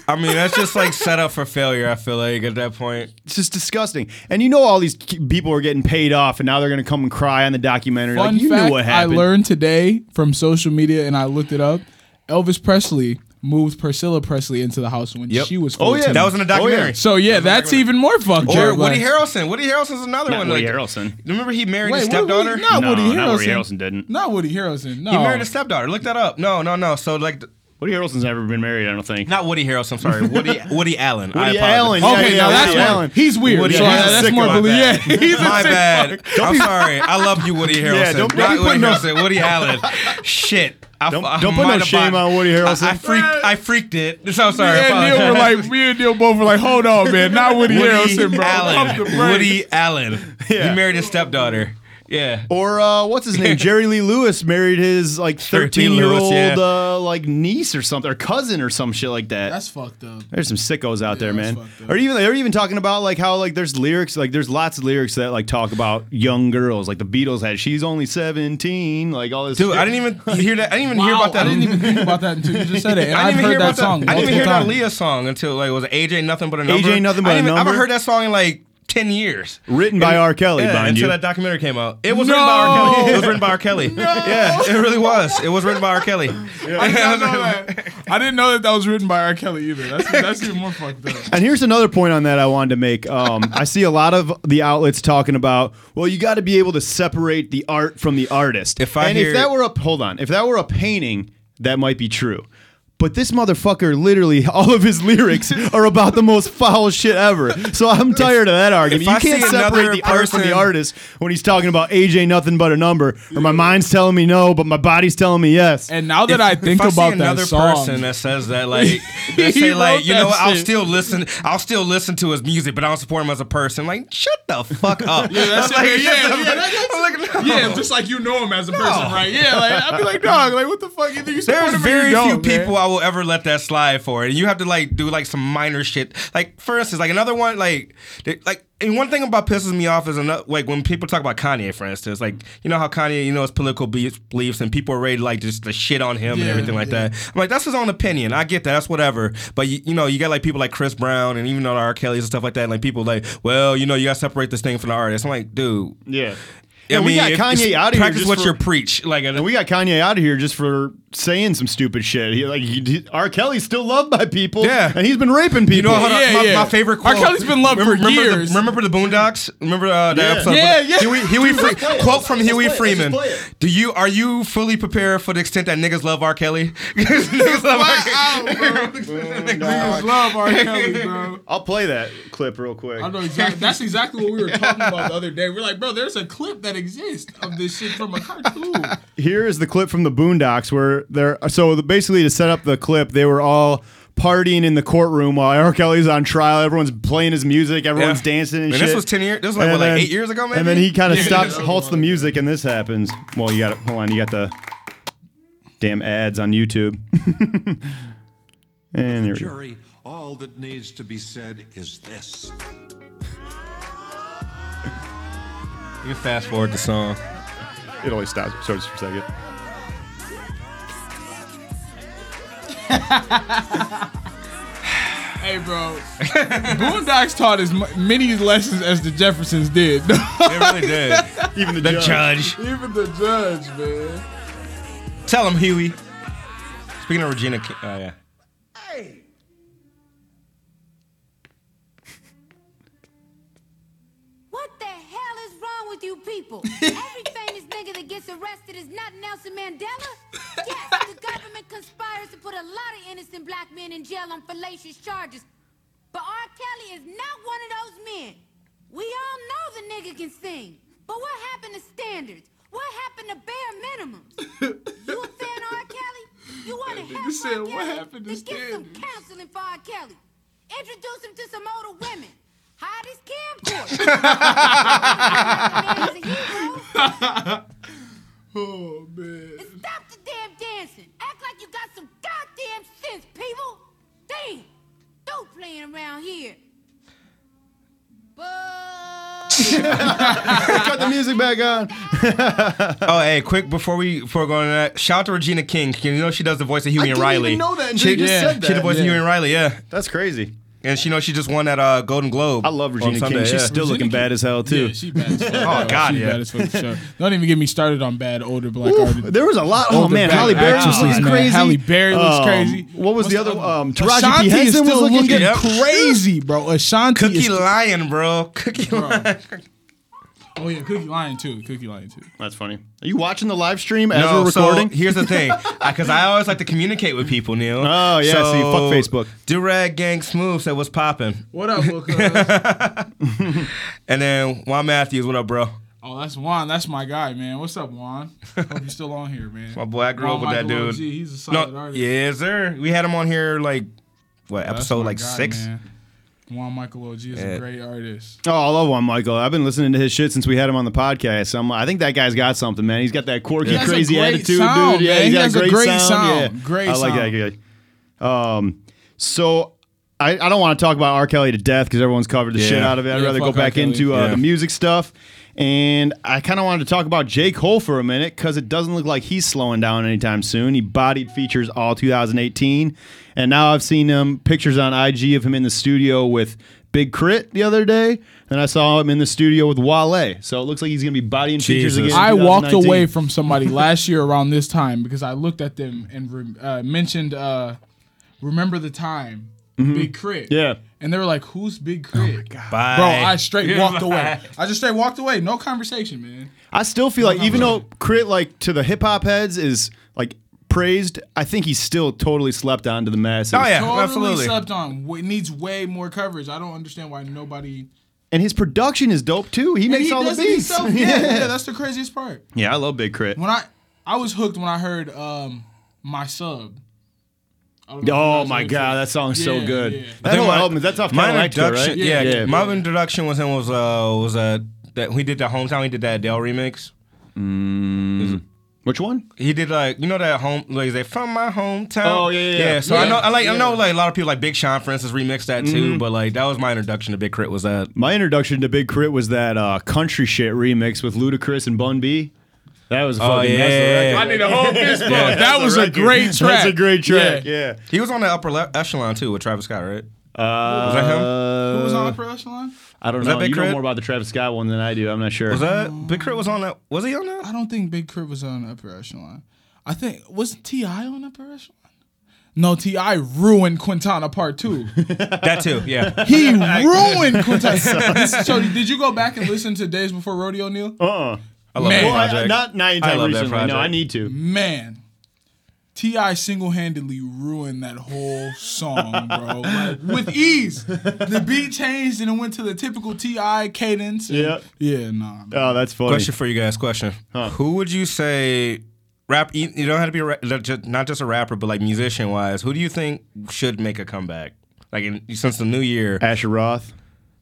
S3: I mean, that's just like set up for failure. I feel like at that point,
S2: It's just disgusting. And you know all these k- people are getting paid off, and now they're gonna come and cry on the documentary.
S6: Fun
S2: like you
S6: fact
S2: knew what happened.
S6: I learned today from social media and I looked it up. Elvis Presley moved Priscilla Presley into the house when
S3: Yep.
S6: she was
S2: Oh,
S6: 14.
S2: yeah,
S3: that was in the
S2: Oh, yeah.
S3: documentary.
S6: So yeah, that's even more fucked
S3: or
S6: up.
S3: Woody
S6: like-
S3: Harrelson. Woody Harrelson's another one.
S2: Woody
S3: like-
S2: Harrelson.
S3: Remember he married
S6: Wait,
S3: his
S6: Woody-
S3: stepdaughter.
S6: not
S2: No,
S6: Woody Harrelson.
S2: not Woody Harrelson didn't.
S6: Not Woody Harrelson. No.
S3: He married his stepdaughter. Look that up. No, no, no. So like,
S2: Woody Harrelson's never been married. I don't think.
S3: not Woody Harrelson. I'm sorry, Woody Woody Allen. I
S2: Woody
S3: apologize. Oh,
S2: Allen. Yeah, yeah,
S6: Okay, now
S2: Woody
S6: that's one.
S2: Allen.
S6: He's weird.
S3: Woody
S6: so
S3: Allen.
S6: uh,
S2: He's a
S6: that's more
S2: sicko.
S6: believe.
S2: My
S6: Yeah,
S2: bad.
S6: he's a
S3: My
S6: sick
S3: bad. I'm sorry. I love you, Woody Harrelson.
S2: don't be
S3: not Woody
S2: putting no-
S3: Harrelson. Woody Allen. Shit. I,
S2: Don't-
S3: I
S2: don't put no
S3: might have
S2: shame
S3: bought-
S2: on Woody Harrelson.
S3: I, I freaked. I freaked it. So I'm sorry.
S6: me
S3: I
S6: and Neil were
S3: apologize.
S6: like, me and Neil both were like, hold on, Oh, man, not Woody, Harrelson, bro. Pump the
S3: Allen.
S6: brakes.
S3: Woody Allen.
S2: Yeah.
S3: He married his stepdaughter. Yeah.
S2: Or uh, what's his name? Jerry Lee Lewis married his like
S3: Jerry Lee
S2: thirteen year old
S3: Lewis, yeah.
S2: uh, like niece or something or cousin or some shit like that.
S6: That's fucked up.
S2: there's some sickos out there,
S6: that's
S2: man.
S6: fucked up.
S2: Or even they're even talking about like how like there's lyrics like there's lots of lyrics that like talk about young girls like the Beatles had. She's only seventeen. Like all this.
S3: Dude,
S2: shit.
S3: I didn't even hear that. I didn't even hear
S6: Wow,
S3: about that.
S6: I didn't even think about that until you just said it. And
S3: I
S6: I've
S3: didn't even
S6: heard
S3: hear
S6: that
S3: about
S6: song.
S3: that. I didn't even hear
S6: multiple
S3: that
S6: times.
S3: Leah song until like was it AJ nothing but a number.
S2: AJ Nothing But
S3: I
S2: a
S3: didn't even- I haven't
S2: Number?
S3: heard that song in like ten years.
S2: Written by R. Kelly,
S3: Yeah,
S2: mind
S3: until
S2: you.
S3: that documentary came out. It was written by R. Kelly. It was written by R. Kelly. Yeah, it really was. It was written by R. Kelly.
S6: I did not know that. I didn't know that that was written by R. Kelly either. That's, that's even more fucked up.
S2: And here's another point on that I wanted to make. Um, I see a lot of the outlets talking about, well, you got to be able to separate the art from the artist.
S3: If I
S2: and
S3: hear-
S2: if that were a hold on, if that were a painting, that might be true. But this motherfucker, literally, all of his lyrics are about the most foul shit ever. So I'm tired of that argument.
S3: if
S2: You
S3: I
S2: can't
S3: see
S2: separate
S3: another
S2: the art from the
S3: person-
S2: artist when he's talking about AJ nothing but a number, or my mind's telling me no, but my body's telling me yes.
S6: And now that I
S3: If-
S6: think
S3: if I see
S6: about
S3: another
S6: that song,
S3: person that says that, like, they
S6: He
S3: say,
S6: wrote
S3: like, you know,
S6: that
S3: what, I'll
S6: shit.
S3: still listen, I'll still listen to his music, but I don't support him as a person. Like, shut the fuck up. yeah,
S6: that's
S3: like,
S6: it. Yeah,
S3: shut the
S6: yeah,
S3: fuck-
S6: that-
S3: I'm like, no.
S6: yeah, just like you know him as a person, right? Yeah, like I'd be like, dog, like what the fuck? Either you support
S3: There's
S6: him or
S3: very
S6: you
S3: few
S6: don't, man.
S3: people I will ever let that slide for, and you have to like do like some minor shit. Like for instance, like another one, like they- like and one thing about pisses me off is another like when people talk about Kanye, for instance, like you know how Kanye, you know his political beliefs, beliefs and people are ready to like just to shit on him and
S6: Yeah,
S3: everything like that. I'm like that's his own opinion. I get that, that's whatever. But you, you know you got like people like Chris Brown and even though R. Kelly's and stuff like that. And, like people like, well, you know you got to separate this thing from the artist. I'm like, dude.
S2: yeah.
S3: I
S2: And we
S3: mean,
S2: got
S3: if-
S2: Kanye
S3: it's-
S2: out of here
S3: practice
S2: just
S3: what
S2: for-
S3: you preach. Like,
S2: And we got Kanye out of here just for saying some stupid shit. He, like he, he- R. Kelly's still loved by people.
S3: Yeah.
S2: and he's been raping people.
S3: You know, hold on,
S6: Yeah,
S3: my,
S6: yeah.
S3: my favorite
S6: R.
S3: quote.
S6: Kelly's been loved for
S3: remember
S6: years.
S3: The, remember the Boondocks? Remember uh, that
S2: Yeah.
S3: episode?
S6: Yeah, yeah.
S3: Huey, Huey
S2: Dude,
S3: Fre-
S2: let's play it.
S3: quote from
S2: Let's play
S3: Huey
S2: it. Let's
S3: Freeman.
S2: play it.
S3: Do you are you fully prepared for the extent that niggas love R. Kelly? niggas love R. Kelly.
S6: Niggas love R. Kelly, bro.
S2: I'll play that clip real quick.
S6: I know exactly. That's exactly what we were talking about the other day. We're like, bro, there's a clip that exists of this shit from a cartoon.
S2: Here is the clip from the Boondocks where they're so the, basically to set up the clip, they were all partying in the courtroom while R. Kelly's on trial. Everyone's playing his music, everyone's
S3: Yeah.
S2: dancing and
S3: Man,
S2: shit.
S3: this was ten years. This was like, what, like eight years ago, maybe.
S2: And then he kind of stops,
S6: that was
S2: halts the music, and this happens. Well, you got to hold on. You got the damn ads on YouTube. and there we go.
S8: jury, all that needs to be said is this.
S3: You can fast forward the song.
S2: It only stops. So just for a second.
S6: Hey, bro. Boondocks taught as mu- many lessons as the Jeffersons did.
S3: It really did.
S2: Even the,
S3: The judge.
S6: Even the judge, man.
S3: Tell him, Huey. Speaking of Regina, Ki- oh yeah.
S8: What the hell is wrong with you people? Every famous nigga that gets arrested is not Nelson Mandela? Yes, the government conspires to put a lot of innocent black men in jail on fallacious charges. But R. Kelly is not one of those men. We all know the nigga can sing. But what happened to standards? What happened to bare minimums? You a fan of R. Kelly? You want to
S6: nigga
S8: help
S6: said,
S8: R.
S6: "What
S8: Kelly?
S6: happened to
S8: Then get some
S6: standards?"
S8: counseling for R. Kelly. Introduce him to some older women. Hide his camcorder. Man, he's a hero.
S6: Oh, man.
S8: And Stop the damn dancing. Act like you got some goddamn sense, people. Damn. Don't playing around here. But
S2: Cut the music back on.
S3: Oh, hey, quick before we before going on that, shout out to Regina King. You know she does the voice of Huey and
S2: didn't
S3: Riley.
S2: even know that until
S3: she,
S2: you just
S3: yeah,
S2: said
S3: She did
S2: that,
S3: the voice
S2: yeah.
S3: of Huey and Riley, yeah.
S2: That's crazy.
S3: And she know she just won that uh, Golden Globe.
S2: I love
S3: on
S2: Regina
S3: Sunday,
S2: King. She's
S3: yeah.
S2: still
S6: Regina
S2: looking
S6: King-
S2: bad as hell too.
S6: Yeah, she bad as fuck.
S3: Oh, God,
S6: she
S3: yeah.
S6: bad as fuck for sure. Don't even get me started on bad older black
S2: Oof,
S6: artists.
S2: there was a lot. Oh
S6: Older
S2: man,
S6: black
S2: Halle Berry was
S6: actresses,
S2: looking
S6: man.
S2: crazy.
S6: Halle Berry looks
S2: Um,
S6: crazy.
S2: What was
S6: What's
S2: the other? Um, Taraji P
S6: Ashanti is
S2: Henson was
S6: still
S2: looking
S6: looking
S2: good.
S6: crazy, bro. Ashanti
S3: Cookie
S6: is,
S3: Lion, bro. Cookie Lion.
S6: Oh yeah, Cookie Lion too. Cookie Lion too.
S2: That's funny. Are you watching the live stream as
S3: No,
S2: we're recording?
S3: So here's the thing, because I always like to communicate with people, Neil.
S2: Oh, yeah, so you fuck Facebook.
S3: Durag Gang Smooth said, "What's poppin'?"
S6: What up, Will Cuz?
S3: And then Juan Matthews, "What up, bro?"
S6: Oh, that's Juan. That's my guy, man. What's up, Juan? Hope you're still on here, man.
S3: My boy, I grew up with
S6: Juan
S3: that
S6: Michael
S3: dude.
S6: OG, He's a solid artist.
S3: Yeah, sir. We had him on here like what
S6: That's
S3: episode
S6: my
S3: like
S6: guy,
S3: six.
S6: man. Juan Michael OG is
S3: Yeah.
S6: a great artist.
S2: Oh, I love one, Michael. I've been listening to his shit since we had him on the podcast. I'm, I think that guy's got something, man. He's got that quirky,
S6: He has a
S2: crazy
S6: great
S2: attitude,
S6: sound,
S2: dude. Yeah,
S6: man.
S2: he's
S6: He
S2: got
S6: has
S2: a
S6: a
S2: great,
S6: great
S2: sound.
S6: sound.
S2: Yeah.
S6: Great
S2: I like
S6: sound.
S2: that guy. Um, so I, I don't want to talk about R. Kelly to death because everyone's covered the
S3: Yeah.
S2: shit out of it. I'd
S6: Yeah,
S2: rather go
S6: fuck R.
S2: back
S6: Kelly.
S2: into uh,
S3: Yeah.
S2: the music stuff. And I kind of wanted to talk about J. Cole for a minute because it doesn't look like he's slowing down anytime soon. He bodied features all 2018. And now I've seen him pictures on IG of him in the studio with Big Crit the other day. And I saw him in the studio with Wale. So it looks like he's going to be bodying features
S3: Jesus.
S2: again. in
S6: I walked
S2: 2019.
S6: away from somebody last year around this time because I looked at them and re- uh, mentioned uh, "Remember the Time," Big Crit.
S2: Mm-hmm. Yeah. Oh
S6: and they were like, "Who's Big Crit?"
S3: Bye.
S6: Bro, I straight
S3: Yeah,
S6: walked
S3: bye.
S6: away. I just straight walked away. No conversation, man.
S2: I still feel like even though Crit like to the hip hop heads is like praised, I think he's still totally slept on to the masses.
S3: Oh yeah,
S6: totally
S3: absolutely.
S6: slept on. W- It needs way more coverage. I don't understand why nobody.
S2: And his production is dope too. He
S6: And
S2: makes
S6: he
S2: all the
S6: does it
S2: beats.
S6: himself. Yeah, yeah, that's the craziest part.
S2: Yeah, I love Big Crit.
S6: When I I was hooked when I heard um my sub. I don't know if you
S2: Oh
S6: guys
S2: my
S6: heard
S2: god,
S6: it.
S2: that song's so
S6: Yeah,
S2: good.
S6: yeah.
S3: I
S2: That
S3: think
S2: whole
S3: my-
S2: album is that's off
S3: my
S2: Cadillac, right?
S3: introduction- Yeah,
S6: Yeah,
S3: yeah. My introduction with him was uh was uh that he did that hometown. He did that Adele remix.
S2: Which one?
S3: He did like you know that home like they from my hometown.
S2: Oh, yeah, yeah, yeah.
S3: so I
S6: Yeah,
S3: know I like I
S6: yeah.
S3: know like a lot of people like Big Sean for instance remixed that too. But like that was my introduction to Big Crit was that.
S2: My introduction to Big Crit was that uh, country shit remix with Ludacris and Bun B. That was
S3: Oh
S2: fucking that's a
S3: yeah,
S2: record.
S6: I need a whole fist bump. That was a
S2: Record.
S6: great track.
S2: That's a great track. Yeah.
S3: he Oh, was on the upper le- echelon too with Travis Scott, right?
S2: Uh,
S3: Was that him?
S6: Who was on the production line?
S2: I don't
S3: Was
S2: know.
S3: that Big
S2: You know
S3: Crit?
S2: more about the Travis Scott one than I do. I'm not sure.
S3: Was that Big Crit was on that? Was he on that?
S6: I don't think Big Crit was on Upper Echelon. I think was Ti on Upper Echelon. No, Ti ruined Quintana Part Two.
S3: That too, yeah.
S6: He ruined Quintana. so did you go back and listen to Days Before Rodeo Neil?
S2: Uh-uh.
S3: I love
S6: Man.
S3: that
S2: Well, I-
S3: project.
S2: not not
S3: I
S2: anytime
S3: love that
S2: recently. No,
S3: project.
S2: I need to.
S6: Mm-hmm. Man, Ti single handedly ruined that whole song, bro. Like, with ease, the beat changed and it went to the typical Ti cadence. and-
S2: Yeah.
S6: yeah, nah. man.
S2: Oh, that's funny.
S3: Question for you guys. Question: Who would you say rap? You you don't have to be a, ra- not ju- not just a rapper, but like musician wise. Who do you think should make a comeback? Like in, since the new year,
S2: Asher Roth.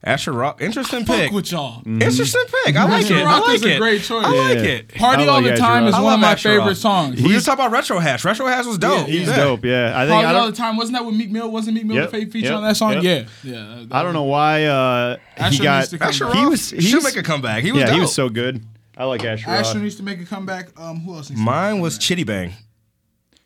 S3: Asher Rock. Interesting
S6: Fuck
S3: pick.
S6: with y'all.
S3: Mm. Interesting pick. I like
S6: Asher
S3: it. I
S6: Roth is
S3: like
S6: a
S3: it.
S6: great choice.
S3: I like
S2: Yeah.
S3: it.
S6: Party
S2: I
S6: all
S2: like
S6: the
S2: Ezra
S6: time is
S2: Rock.
S3: I
S6: one
S3: love
S6: of my
S3: Asher
S6: favorite
S3: Roth.
S6: songs.
S3: We just talk about retro hash. Retro hash was dope.
S2: He's
S3: Yeah.
S2: dope. Yeah, I think
S6: Party
S2: I
S6: all the
S2: don't.
S6: time. Wasn't that with Meek Mill? Wasn't Meek Mill
S2: Yep,
S6: the fake feature
S2: yep,
S6: on that song?
S2: yep.
S6: Yeah, yeah. that-
S2: I don't know why uh, he
S6: Asher
S2: got.
S6: needs to come
S3: Asher
S6: back.
S3: Roth
S2: He was. He
S3: should
S2: was
S3: make a comeback. He was
S2: yeah,
S3: dope.
S2: he was so good. I like Asher
S6: Asher
S2: Roth.
S6: needs to make a comeback. Um, who else? Needs to
S3: Mine
S6: make a
S3: was Chitty Bang.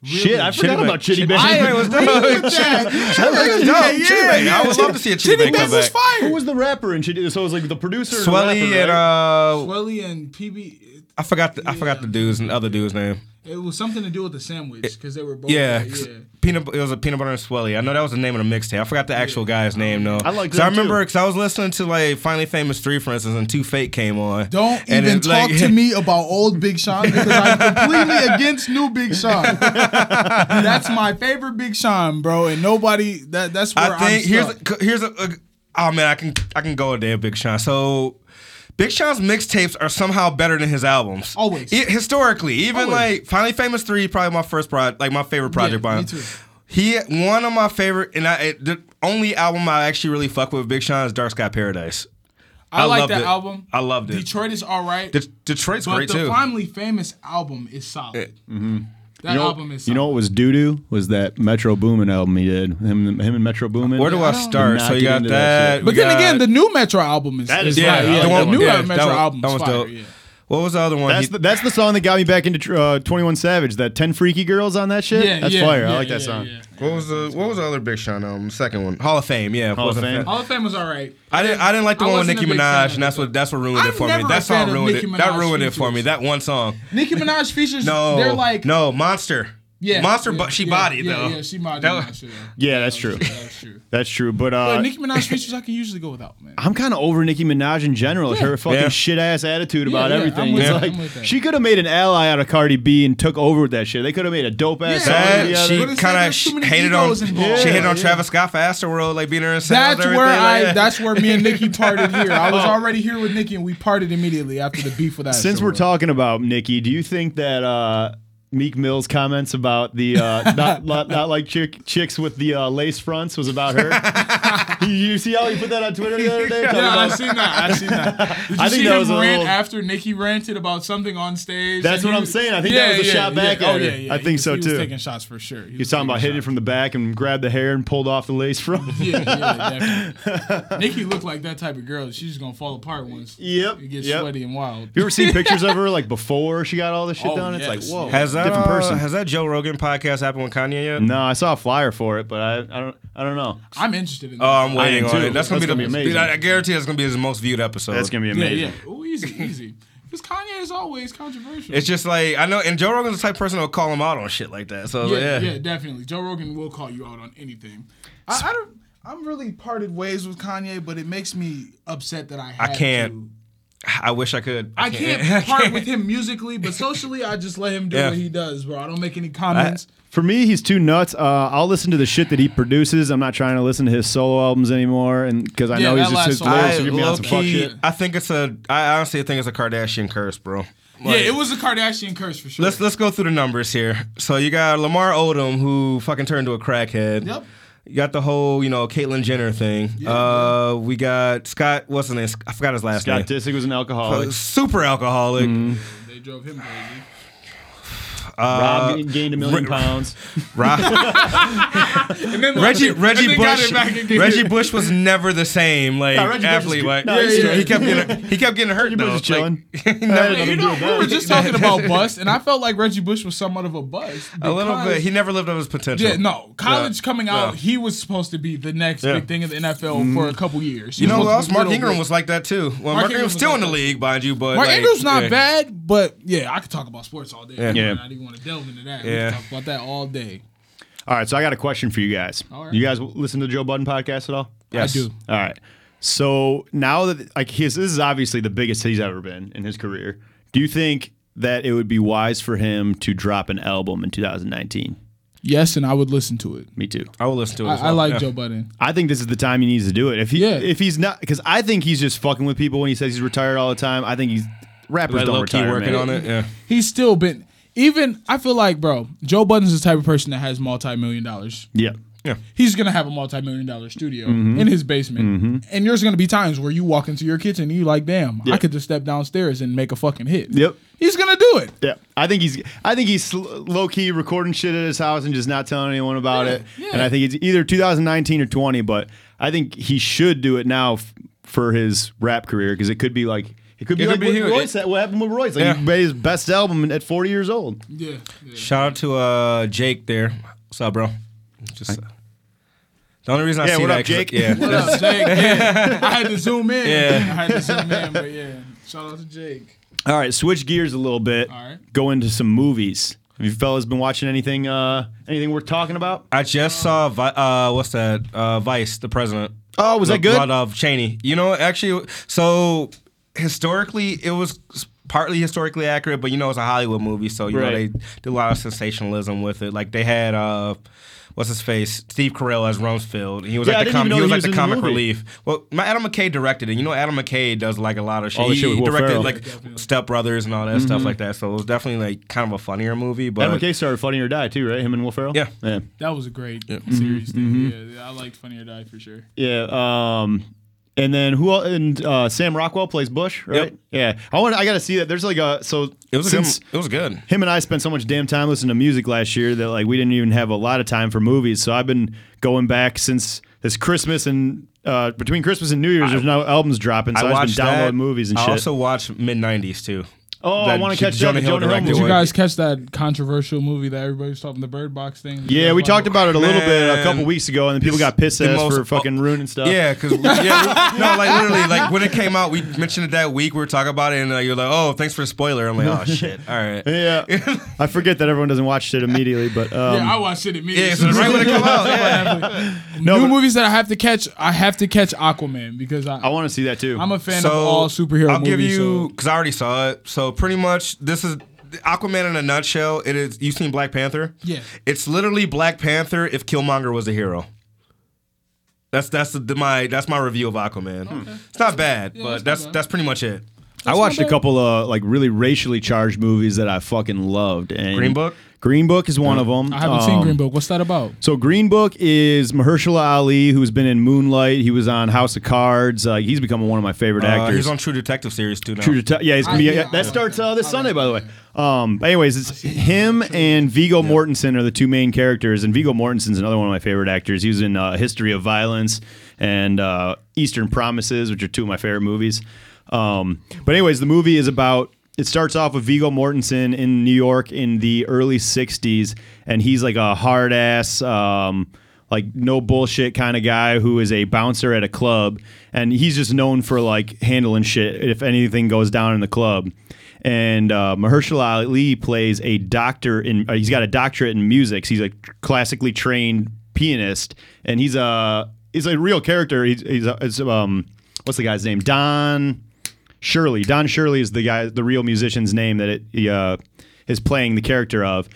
S2: Shit, I forgot about Chitty
S6: comeback?
S2: Bang.
S3: Bang was
S6: I
S3: dope.
S6: agree with that.
S3: That was dope.
S6: yeah,
S3: Chitty Bang. I would love to see a Chitty Bang
S6: Bang
S3: comeback.
S6: was fire.
S2: Who was the rapper in Chitty? So it was like the producer. and the
S3: Swelly
S2: rapper,
S3: and
S2: right?
S3: uh,
S6: Swelly and PB.
S3: I forgot the, I forgot the dude's and other dude's name.
S6: It was something to do with the sandwich because they were both.
S3: Yeah,
S6: yeah.
S3: 'cause peanut. bu- It was a peanut butter and swelly. I know that was the name of the mixtape. I forgot the actual guy's name though.
S2: I like
S3: 'Cause I
S2: them, too.
S3: remember because I was listening to like Finally Famous three, for instance, and Two Fake came on.
S6: Don't
S3: And
S6: even
S3: it's
S6: talk
S3: like-
S6: to me about old Big Sean because I'm completely against new Big Sean. that's my favorite Big Sean, bro, and nobody that that's where
S3: I think
S6: am
S3: here's a, c- here's a, a oh man I can I can go a day with Big Sean. So Big Sean's mixtapes are somehow better than his albums.
S6: Always.
S3: E- historically, even
S6: Always.
S3: like Finally Famous three, probably my first project, like my favorite project
S6: Yeah,
S3: by
S6: me
S3: him.
S6: too.
S3: He one of my favorite, and I it, the only album I actually really fuck with Big Sean is Dark Sky Paradise.
S6: I,
S3: I
S6: like
S3: loved
S6: that
S3: it.
S6: album.
S3: I loved it.
S6: Detroit is all right.
S3: Det- Detroit's
S6: but
S3: great
S6: the
S3: too.
S6: Finally Famous album is solid. That
S2: mm-hmm. You know-
S6: album is solid.
S2: You know what was doo doo? Was that Metro Boomin album he did? Him, him and Metro Boomin.
S3: Where do I,
S6: I don't
S3: start?
S2: know.
S3: So you
S2: Not
S3: got
S2: get into that
S3: that.
S2: shit.
S3: we
S6: but then
S3: got-
S6: again, the new Metro album is
S2: That is
S6: is
S2: fire.
S3: yeah,
S6: fire.
S2: Yeah,
S3: the
S2: that
S6: the
S3: one,
S6: new
S3: yeah,
S6: Metro
S3: that one,
S6: album
S3: that
S6: is
S3: one's
S6: fire.
S3: dope.
S6: Yeah.
S3: What was the other one?
S2: That's
S3: He-
S2: the, that's the song that got me back into uh, Twenty One Savage. That Ten Freaky Girls on that shit.
S6: Yeah,
S2: that's
S6: yeah,
S2: fire. I
S6: yeah,
S2: like that
S6: yeah,
S2: song.
S6: yeah.
S3: What was the What was the other Big Sean album? The second one, Hall of Fame. Yeah,
S2: Hall of
S3: wasn't
S2: Fame.
S3: that-
S6: Hall of Fame was all right.
S3: I didn't. I didn't like the
S6: I
S3: one with
S6: wasn't
S3: Nicki
S6: a big fan of
S3: Minaj, and
S6: it,
S3: that's what that's what ruined
S6: I'm
S3: it for me.
S6: never a
S3: That
S6: fan
S3: song
S6: of
S3: ruined
S6: Nicki
S3: it. That
S6: Minaj
S3: ruined it for
S6: features.
S3: me. That one song.
S6: Nicki Minaj features.
S3: No,
S6: they're like
S3: no monster.
S6: Yeah,
S3: Monster,
S6: yeah,
S3: but she
S6: yeah,
S3: bodied
S6: yeah,
S3: though.
S6: Yeah, she bodied
S3: That
S6: that
S3: was-
S6: shit.
S2: Yeah, that's true.
S6: That's true.
S2: That's true. But
S6: But
S2: uh,
S6: Nicki Minaj features I can usually go without, man.
S2: I'm kind of over Nicki Minaj in general. It's
S6: Yeah.
S2: Her fucking
S3: Yeah.
S2: shit ass attitude about
S6: yeah, I'm
S2: everything.
S6: with
S2: It's
S6: that,
S2: like,
S6: I'm with that.
S2: she could have made an ally out of Cardi B and took over with that shit. They could have made a dope ass.
S6: Yeah.
S2: song
S3: That
S6: Yeah,
S2: together.
S3: she
S6: but it's like
S3: kind
S6: there's too
S3: of
S6: many
S3: hated on.
S6: egos involved.
S3: She hated on
S2: Yeah.
S3: Travis Scott for Astroworld, like being in her.
S6: That's where I.
S3: Like, Oh.
S6: That's where me and Nikki parted here. I was already here with Nikki, and we parted immediately after the beef with that.
S2: Since we're talking about Nicki, do you think that uh, Meek Mill's comments about the uh, not, not not like chick, chicks with the uh, lace fronts was about her? you, you see how he put that on Twitter the other day? Talking
S6: Yeah, I
S2: about-
S6: seen that. I seen that. Did you
S2: I think
S6: see
S2: that
S6: him
S2: was a
S6: rant
S2: little-
S6: after Nikki ranted about something on stage?
S2: That's
S6: And
S2: what
S6: he-
S2: I'm saying. I think that was a shot back
S6: yeah.
S2: at
S6: oh,
S2: her.
S6: yeah, yeah.
S2: I think
S6: He-
S2: so,
S6: he was
S2: too.
S6: taking shots for sure. He uh,
S2: He's talking about hitting it
S6: shots.
S2: from the back and grabbed the hair and pulled off the lace front.
S6: Yeah, yeah, definitely. Nikki looked like that type of girl. She's just gonna fall apart once.
S2: Yep,
S6: It gets
S2: yep.
S6: sweaty and wild.
S2: You ever seen pictures of her like before she got all this shit
S6: Oh,
S2: done? It's like
S6: yes.
S2: whoa,
S3: Has that
S2: different person.
S3: Has that Joe Rogan podcast happened with Kanye yet?
S2: uh, no, I saw a flyer for it, but I, I don't I don't know.
S6: I'm interested in that.
S3: Oh, I'm waiting
S2: am
S3: on
S2: too.
S3: it. That's
S2: That's
S3: gonna be the.
S2: gonna be amazing.
S3: I I guarantee that's gonna be his most viewed episode.
S2: That's gonna be
S6: yeah,
S2: amazing.
S6: yeah. Ooh, easy, easy. Because Kanye is always controversial.
S3: It's just like I know, and Joe Rogan's the type of person who'll call him out on shit like that. So I was
S6: yeah,
S3: like, yeah,
S6: yeah, definitely. Joe Rogan will call you out on anything. I, I don't. I'm really parted ways with Kanye, but it makes me upset that I. Have
S3: can't.
S6: To.
S3: I wish I could.
S6: I can't part with him musically, but socially, I just let him do
S3: Yeah.
S6: what he does, bro. I don't make any comments.
S2: For me, he's too nuts. Uh, I'll listen to the shit that he produces. I'm not trying to listen to his solo albums anymore, and because I
S6: Yeah,
S2: know he's
S6: that
S2: just
S6: last
S2: his
S6: song.
S2: lyrics
S6: I
S2: are gonna be on some fuck
S6: low-key-
S2: shit.
S6: shit.
S3: I think it's a. I honestly think it's a Kardashian curse, bro.
S6: yeah, it was a Kardashian curse for sure.
S3: Let's let's go through the numbers here. So you got Lamar Odom who fucking turned to a crackhead.
S6: Yep.
S3: You got the whole you know Caitlyn Jenner thing. uh, we got Scott. What's his name? I forgot his last
S2: Scott
S3: name.
S2: Disick was an
S3: Uh,
S2: alcoholic.
S3: super alcoholic.
S6: they drove him crazy.
S2: Rob gained a million pounds.
S3: Rob-
S6: And then
S3: Reggie
S6: and
S3: Reggie
S6: then got
S3: Bush
S6: it back again.
S3: Reggie Bush was never the same. Like
S2: Nah, Reggie Bush
S3: athlete,
S2: is-
S3: like
S2: nah,
S6: he's
S3: he
S6: straight.
S3: kept getting he kept getting hurt
S2: Reggie
S3: though.
S2: Bush is chilling.
S3: Like, he never-
S2: Hey,
S6: You know, we were just talking about bust, and I felt like Reggie Bush was somewhat of a bust.
S3: a little
S6: because-
S3: bit. He never lived up to his potential.
S6: Yeah, no. College
S3: Yeah.
S6: coming out,
S3: Yeah.
S6: he was supposed to be the next
S3: Yeah.
S6: big thing in the NFL for a couple years. He
S3: You know
S6: was
S3: who
S6: supposed
S3: else?
S6: to be
S3: Mark
S6: little
S3: Ingram
S6: bit-
S3: was like that too. Well,
S6: Mark
S3: Mark,
S6: Ingram
S3: Ingram's
S6: was
S3: still
S6: like
S3: in the
S6: that.
S3: league, mind you, but
S6: Mark
S3: like,
S6: Ingram's not
S3: yeah.
S6: bad, but yeah, I could talk about sports all day.
S2: Yeah.
S6: I don't even want to delve into that. Yeah.
S3: Yeah.
S6: talk about that all day.
S2: All right, so I got a question for you guys.
S6: right.
S2: You guys listen to Joe Budden podcast at all?
S6: Yes. do.
S2: All right. So now that like his this is obviously the biggest he's ever been in his career. Do you think that it would be wise for him to drop an album in 2019?
S6: Yes, and I would listen to it.
S2: Me too.
S3: I will listen to it. as
S6: I, I
S3: well.
S6: like
S3: Yeah.
S6: Joe Budden.
S2: I think this is the time he needs to do it. If he
S6: Yeah.
S2: if he's not because I think he's just fucking with people when he says he's retired all the time. I think he's rappers
S3: Like
S2: don't
S3: low key
S2: retire.
S3: working
S2: man.
S3: on it. Yeah.
S6: He's still been even I feel like, bro, Joe Budden's the type of person that has multi million dollars.
S2: Yeah.
S6: He's gonna have a multi million dollar studio
S3: Mm-hmm.
S6: in his basement. And there's gonna be times where you walk into your kitchen and you like, damn, I could just step downstairs and make a fucking hit.
S2: Yep.
S6: He's gonna do it.
S2: Yeah, I think he's I think he's low key recording shit at his house and just not telling anyone about
S6: Yeah,
S2: it.
S6: yeah.
S2: And I think it's either 2019 or 20, but I think he should do it now f- for his rap career because it could be like it could be
S3: It could
S2: like
S3: be
S2: what,
S3: huge.
S2: Royce, what happened with Royce. Like
S3: Yeah.
S2: he made his best album at 40 years old.
S6: Yeah. yeah.
S3: Shout out to uh, Jake there. What's up, bro? Just uh, the only reason I
S2: Yeah,
S3: see
S2: what
S3: that,
S2: up,
S3: 'cause-
S2: Jake?
S3: Yeah,
S6: What
S3: that's-
S6: up, Jake? Yeah. I had to zoom in.
S3: Yeah.
S6: I had to zoom in, but yeah. Shout out to Jake.
S2: All right, switch gears a little bit.
S6: All right.
S2: Go into some movies. Have you fellas been watching anything uh anything worth talking about?
S3: I just saw Vi- uh, what's that? Uh, Vice, the president.
S2: Oh, was that good?
S3: Lot of Cheney. You know, actually, so historically, it was partly historically accurate, but you know, it's a Hollywood movie, so you know they
S2: Right.
S3: did a lot of sensationalism with it. Like they had uh, what's his face, Steve Carell as Rumsfeld. He was
S2: Yeah, I
S3: like
S2: didn't
S3: the com-
S2: even know
S3: he was
S2: he
S3: like
S2: was
S3: the
S2: in the
S3: comic
S2: movie.
S3: relief. Well, my Adam McKay directed it. You know, Adam McKay does like a lot of shit.
S2: All the
S3: he
S2: shit with Will
S3: directed
S2: Ferrell. Mm-hmm.
S3: like Step Brothers and all that stuff like that. So it was definitely like kind of a funnier movie, but
S2: Adam McKay started Funny or Die too, right? Him and Will Ferrell.
S3: Yeah.
S2: yeah,
S6: That was a great series.
S3: Mm-hmm.
S6: Thing. Yeah, I liked Funny or Die for sure.
S2: yeah. Um, and then who? el- And uh, Sam Rockwell plays Bush, right? Yeah. I want. I got to see that. There's like a so
S3: it was a
S2: since
S3: good, it was good.
S2: him and I spent so much damn time listening to music last year that like we didn't even have a lot of time for movies. So I've been going back since this Christmas and uh, between Christmas and New Year's, there's no albums dropping. So I have been downloading movies and
S3: I
S2: shit.
S3: also watched mid '90s too.
S2: Oh, I
S3: That
S2: wanna
S3: J-
S2: catch that, the Jonah Hill
S3: directed
S2: movie.
S6: Did
S3: one.
S6: you guys catch that controversial movie that everybody was talking the Bird Box thing? Did you
S2: Yeah,
S6: guys
S2: we
S6: watch
S2: talked about it a little bit a
S3: Man,
S2: couple weeks ago, and then people
S3: it's
S2: got pissed
S3: the
S2: at us
S3: most-
S2: for fucking ruining stuff.
S3: Yeah, because yeah, we- no, like literally, like when it came out, we mentioned it that week. We were talking about it, and uh, you're like, "Oh, thanks for the spoiler." I'm like, "Oh shit, all right."
S2: yeah. I forget that everyone doesn't watch shit immediately, but um,
S6: Yeah, I watched it immediately.
S3: Yeah, so right when it come out, yeah.
S2: No,
S6: New
S2: but-
S6: movies that I have to catch, I have to catch Aquaman because I,
S2: I want to see that too.
S6: I'm a fan of all superhero
S3: I'll
S6: movies.
S3: give you
S6: so-
S3: because I already saw it. So pretty much, this is Aquaman in a nutshell. It is. You've seen Black Panther?
S6: Yeah.
S3: It's literally Black Panther if Killmonger was a hero. That's that's the, my that's my review of Aquaman. Hmm. It's not bad,
S6: that's not
S3: but that's
S6: bad.
S3: that's pretty much it.
S2: I watched a
S6: bad.
S2: couple of like really racially charged movies that I fucking loved. And
S3: Green Book?
S2: Green Book is one of them.
S6: I haven't
S3: um,
S6: seen Green Book. What's that about?
S2: So Green Book is Mahershala Ali, who's been in Moonlight. He was on House of Cards. Uh, he's becoming one of my favorite
S3: Uh,
S2: actors.
S3: he's on True Detective series too now.
S2: True Detec- Yeah, he's gonna
S6: I-
S2: be.
S6: yeah, I
S2: that
S6: like
S2: starts
S6: that.
S2: uh, this
S6: I
S2: Sunday,
S6: like
S2: by the way.
S6: that,
S2: Um, but anyways, it's him and Vigo Mortensen are the two main characters, and Vigo Mortensen's another one of my favorite actors. He was in uh, History of Violence and uh, Eastern Promises, which are two of my favorite movies. Um, but anyways, the movie is about. It starts off with Vigo Mortensen in New York in the early '60s, and he's like a hard ass. Um, like no bullshit kind of guy who is a bouncer at a club and he's just known for like handling shit if anything goes down in the club and uh, Mahershala Ali plays a doctor in uh, he's got a doctorate in music so he's a classically trained pianist and he's a he's a real character he's, he's, a, it's, um what's the guy's name Don Shirley. Don Shirley is the guy, the real musician's name that it, he uh, is playing the character of,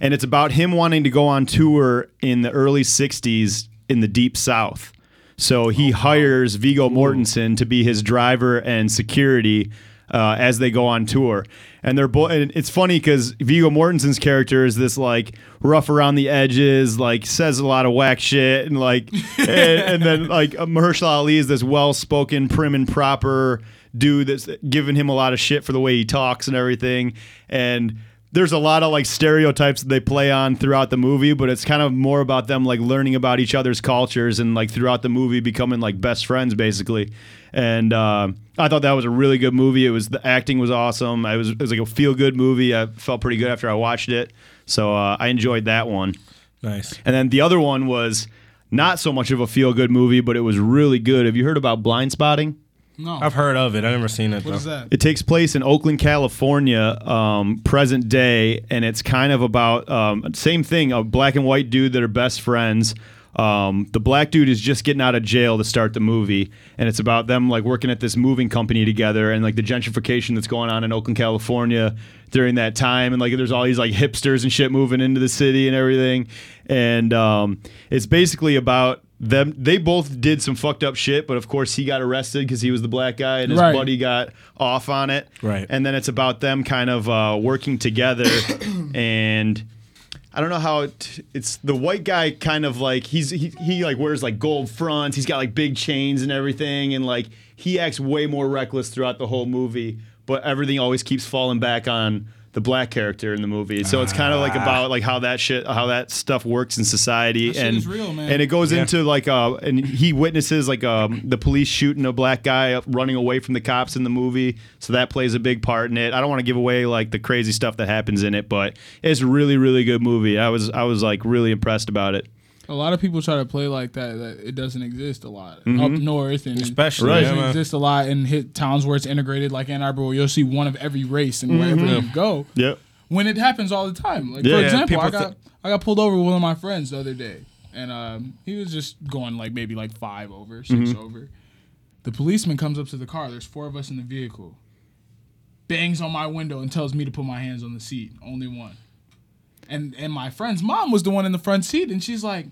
S2: and it's about him wanting to go on tour in the early '60s in the Deep South. So he hires Vigo Mortensen to be his driver and security uh, as they go on tour. And they're bo- and it's funny because Vigo Mortensen's character is this like rough around the edges, like says a lot of whack shit, and like and, and then like uh, Mahershala Ali is this well-spoken, prim and proper dude that's giving him a lot of shit for the way he talks and everything. And there's a lot of like stereotypes that they play on throughout the movie, but it's kind of more about them like learning about each other's cultures and like throughout the movie becoming like best friends basically. And uh, I thought that was a really good movie. It was the acting was awesome. I was it was like a feel good movie. I felt pretty good after I watched it, so uh, I enjoyed that one.
S3: Nice.
S2: And then the other one was not so much of a feel good movie, but it was really good. Have you heard about Blind Spotting?
S6: No.
S3: I've heard of it. I've never seen it.
S6: what is that?
S2: It takes place in Oakland, California, um, present day, and it's kind of about um, same thing: a black and white dude that are best friends. Um, the black dude is just getting out of jail to start the movie, and it's about them like working at this moving company together, and like the gentrification that's going on in Oakland, California during that time, and like there's all these like hipsters and shit moving into the city and everything, and um, it's basically about them. They both did some fucked up shit, but of course he got arrested because he was the black guy, and his
S6: Right.
S2: buddy got off on it.
S3: Right.
S2: And then it's about them kind of uh, working together. and I don't know how it, it's the white guy kind of like he's he, he like wears like gold fronts. He's got like big chains and everything, and like he acts way more reckless throughout the whole movie. But everything always keeps falling back on the black character in the movie. So it's kind of like about like how that shit, how that stuff works in society,
S6: Ah. That shit
S2: and
S6: is real, man.
S2: and it goes
S3: Yeah.
S2: into like uh and he witnesses like um the police shooting a black guy up running away from the cops in the movie so that plays a big part in it i don't want to give away like the crazy stuff that happens in it but it's a really really good movie i was i was like really impressed about it
S6: A lot of people try to play like that. that it doesn't exist a lot up north, and
S3: Mm-hmm. Especially,
S6: it
S3: Right.
S6: doesn't
S3: yeah, man.
S6: exist a lot in hit towns where it's integrated, like Ann Arbor. Where you'll see one of every race,
S3: Mm-hmm.
S6: and wherever you go,
S2: yep
S6: when it happens all the time. Like
S2: Yeah.
S6: for
S2: Yeah,
S6: example, I
S3: people
S6: got I got pulled over with one of my friends the other day, and um, he was just going like maybe like five over, 6
S2: Mm-hmm.
S6: over. The policeman comes up to the car. There's four of us in the vehicle. Bangs on my window and tells me to put my hands on the seat. Only one. And and my friend's mom was the one in the front seat, and she's like.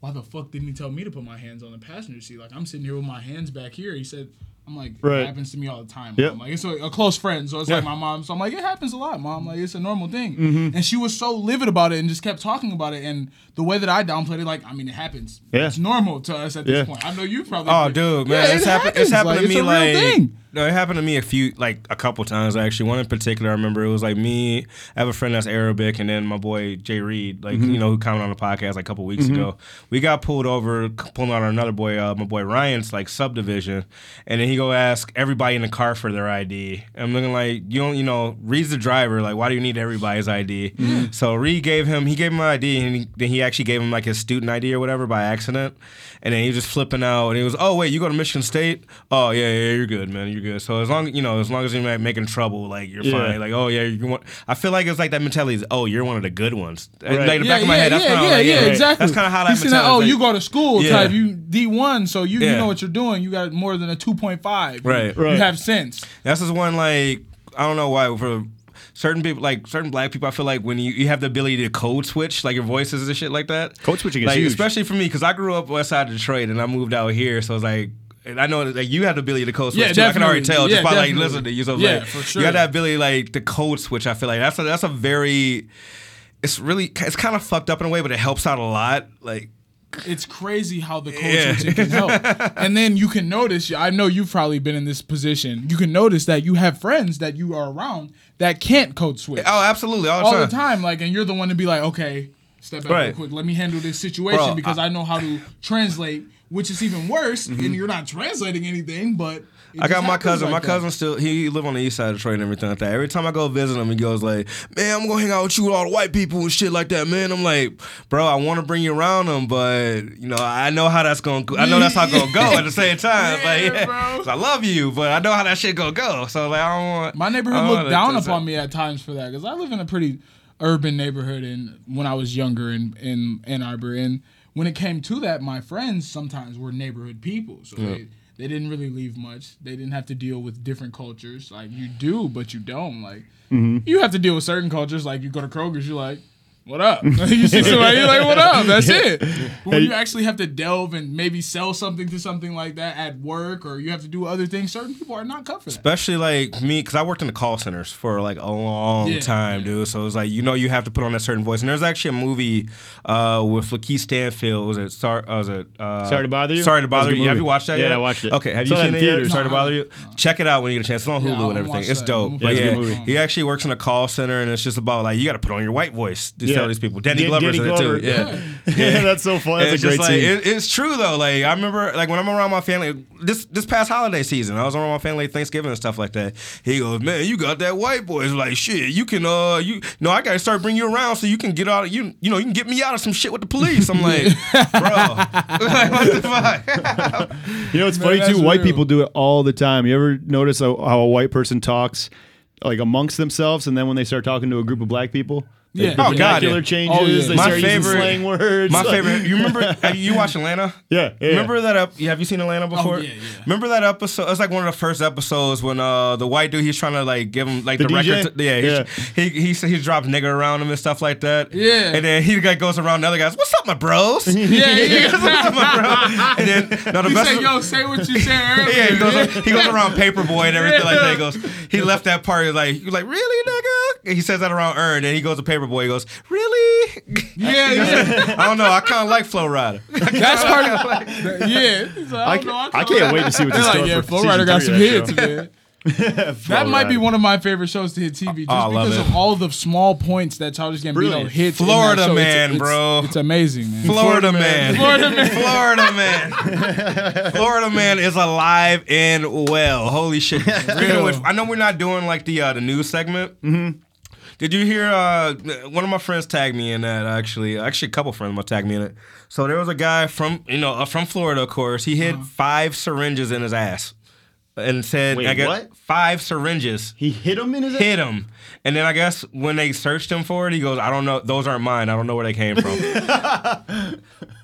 S6: Why the fuck didn't he tell me to put my hands on the passenger seat? Like I'm sitting here with my hands back here. He said, "I'm like,
S2: Right.
S6: it happens to me all the time."
S2: Yep.
S6: Mom. Like it's a, a close friend, so it's like
S3: Yeah.
S6: my mom. So I'm like, it happens a lot, mom. Like it's a normal thing. And she was so livid about it and just kept talking about it. And the way that I downplayed it, like I mean, it happens.
S2: Yeah.
S6: It's normal to us at
S2: Yeah.
S6: this point. I know you probably.
S3: Oh, dude, man,
S6: Yeah,
S3: it's
S6: it
S3: happened. It's
S6: happens.
S3: happened
S6: Like,
S3: to me
S6: it's a real
S3: like
S6: thing.
S3: No, it happened to me a few, like a couple times actually. One in particular, I remember it was like me. I have a friend that's Arabic, and then my boy Jay Reed, like
S6: Mm-hmm.
S3: you know, who commented on the podcast like a couple weeks ago. We got pulled over, c- pulling out another boy, uh, my boy Ryan's like subdivision, and then he go ask everybody in the car for their ID. And I'm looking like you don't, you know, Reed's the driver. Like, why do you need everybody's ID?
S6: Mm-hmm.
S3: So Reed gave him, he gave him my ID, and he, then he actually gave him like his student ID or whatever by accident, and then he was just flipping out, and he was, oh wait, you go to Michigan State? Oh yeah, yeah, you're good, man, you're good. So as long you know, as long as you're not making trouble, like you're
S2: Yeah.
S3: fine. Like oh yeah, you want. I feel like it's like that mentality is, oh you're one of the good ones.
S2: Right.
S3: Like in the back of my head, that's
S6: yeah,
S3: kind of
S6: yeah,
S3: like,
S6: yeah,
S3: right.
S6: exactly.
S3: That's kind of how that
S6: He's saying that,
S3: mentality.
S6: oh, you go to school
S3: Yeah.
S6: type. You D one, so you, you
S3: Yeah.
S6: know what you're doing. You got more than a two point five.
S3: Right.
S2: Right.
S6: You have sense.
S3: That's just one like I don't know why for certain people like certain black people I feel like when you, you have the ability to code switch like your voices and shit like that.
S2: Code switching is
S3: like,
S2: huge.
S3: especially for me because I grew up west side of Detroit and I moved out here, so it's like. And I know that like, you have the ability to code switch.
S6: Yeah,
S3: too. I can already
S6: definitely.
S3: tell just
S6: Yeah,
S3: by
S6: definitely.
S3: like listening to you. So it's
S6: Yeah,
S3: like,
S6: for
S3: You
S6: sure.
S3: got that ability like the code switch. I feel like that's a, that's a very. It's really it's kind of fucked up in a way, but it helps out a lot. Like
S6: it's crazy how the culture
S3: Yeah.
S6: can help. And then you can notice, I know you've probably been in this position. You can notice that you have friends that you are around that can't code switch
S3: oh, absolutely all the
S6: all
S3: time.
S6: the time. Like, and you're the one to be like, okay, step back real
S3: Right.
S6: quick. Let me handle this situation
S3: Bro,
S6: because I, know how to translate, which is even worse. And you're not translating anything, but it
S3: Mm-hmm. I
S6: just
S3: got my
S6: happens
S3: cousin.
S6: like
S3: my
S6: that.
S3: cousin still he live on the east side of Detroit and everything like that. Every time I go visit him, he goes like, "Man, I'm gonna hang out with you with all the white people and shit like that, man." I'm like, "Bro, I want to bring you around them, but you know, I know how that's gonna. go- I know that's how it's gonna go at the same time. like,
S6: Yeah,
S3: yeah,
S6: bro.
S3: 'cause I love you, but I know how that shit gonna go. So like, I don't want
S6: My neighborhood
S3: I don't
S6: looked
S3: wanna-
S6: down upon me at times for that because I live in a pretty urban neighborhood and when I was younger in in Ann Arbor and when it came to that, my friends sometimes were neighborhood people, so they, they didn't really leave much. They didn't have to deal with different cultures like you do, but you don't like. You have to deal with certain cultures like you go to Kroger's, you're like. What up? you see somebody, you're like, what up? That's it. But when you actually have to delve and maybe sell something to something like that at work or you have to do other things, certain people are not cut for that.
S3: Especially like me, because I worked in the call centers for like a long
S6: Yeah,
S3: time, dude. So it's like you know you have to put on a certain voice. And there's actually a movie uh, with Lakeith Stanfield. Was it? Star, uh, was it uh,
S2: Sorry to Bother You?
S3: Sorry to
S2: That's a
S3: bother
S2: good
S3: you. Have
S2: movie.
S3: you watched that?
S2: Yeah,
S3: yet?
S2: I watched it.
S3: Okay, have
S2: Saw
S3: you
S2: that
S3: seen
S2: in
S3: it? yet?
S2: theaters.
S3: Sorry to
S6: No,
S3: bother
S6: I-
S3: you. Check it out when you get a chance. It's on
S6: Uh-huh. Yeah,
S3: Hulu
S6: I wanna
S3: and everything.
S6: watch
S3: It's
S6: that.
S3: dope.
S6: I'm
S3: But
S6: gonna
S2: watch that
S3: yeah,
S2: movie.
S3: he actually works in a call center, and it's just about like you got to put on your white voice to
S2: Yeah.
S3: tell these people. Danny
S2: Dan-
S3: Glover's
S2: Danny
S3: in it too.
S2: Glover.
S3: Yeah.
S2: yeah, that's so fun. That's
S3: it's
S2: a great
S3: just
S2: scene.
S3: like it- it's true though. Like I remember, like when I'm around my family, this this past holiday season, I was around my family at Thanksgiving and stuff like that. He goes, "Man, you got that white boy." It's like, "Shit, you can uh, you no, I gotta start bringing you around so you can get out. Of, you you know, you can get me out of some shit with the police." I'm like, "Bro, like, what the fuck?"
S2: You know, it's funny
S6: that's
S2: too. White
S6: real.
S2: people do it all the time. You ever notice how, how a white person talks like amongst themselves, and then when they start talking to a group of black people,
S6: Yeah.
S2: the
S6: Oh,
S3: God,
S2: vernacular
S3: yeah.
S2: changes.
S6: Oh, yeah.
S2: They
S3: My
S2: start using
S3: favorite-
S2: slang words.
S3: My
S2: Like-
S3: favorite. You remember? Have you watched Atlanta?
S2: Yeah, yeah.
S3: Remember that up? Have you seen Atlanta before?
S6: Oh, yeah, yeah.
S3: Remember that episode? It's like one of the first episodes when uh the white dude he's trying to like give him like
S2: The
S3: the,
S2: DJ?
S3: record. To, yeah, he-
S2: Yeah.
S3: He, he he drops nigga around him and stuff like that.
S6: Yeah.
S3: And then he like goes around the other guys. What's up, my bros? yeah.
S6: Yeah, yeah.
S3: And then no, the
S6: He
S3: best.
S6: said, "Yo, say what you said earlier."
S3: yeah, he goes, he goes around Paperboy and everything like that. He
S6: Yeah.
S3: goes, he left that part he was like, he was like, really, nigga? And he says that around Earn, and he goes to Paperboy. He goes, really?
S6: yeah, yeah.
S3: I don't know. I kind of like Flow Rider.
S6: That's part of that- yeah. He's like,
S2: I,
S6: don't
S2: ca-
S6: know,
S2: I can't wait to see what
S6: They're
S2: this
S6: like, yeah, Flow Rider got some hits, man. That might be one of my favorite shows to hit TV just
S3: Oh, I love
S6: because
S3: it.
S6: of all the small points that Childish Gambino
S2: Brilliant.
S6: hits. in
S3: Florida
S6: that show. It's-
S3: man,
S6: it's,
S3: bro.
S6: It's amazing, man.
S3: Florida man.
S6: Florida man.
S3: Florida man. Florida man is alive and well. Holy shit. Speaking of which, I know we're not doing like the uh, the news segment. Mm-hmm. Did you hear? Uh, one of my friends tagged me in that. Actually, actually, a couple friends of mine tagged me in it. So there was a guy from you know uh, from Florida, of course. He
S2: Uh-huh.
S3: hit five syringes in his ass, and said,
S2: Wait,
S3: "I got
S2: what?
S3: five syringes."
S2: He hit him in his
S3: hit him. And then I guess when they searched him for it, he goes, I don't know. Those aren't mine. I don't know where they came from.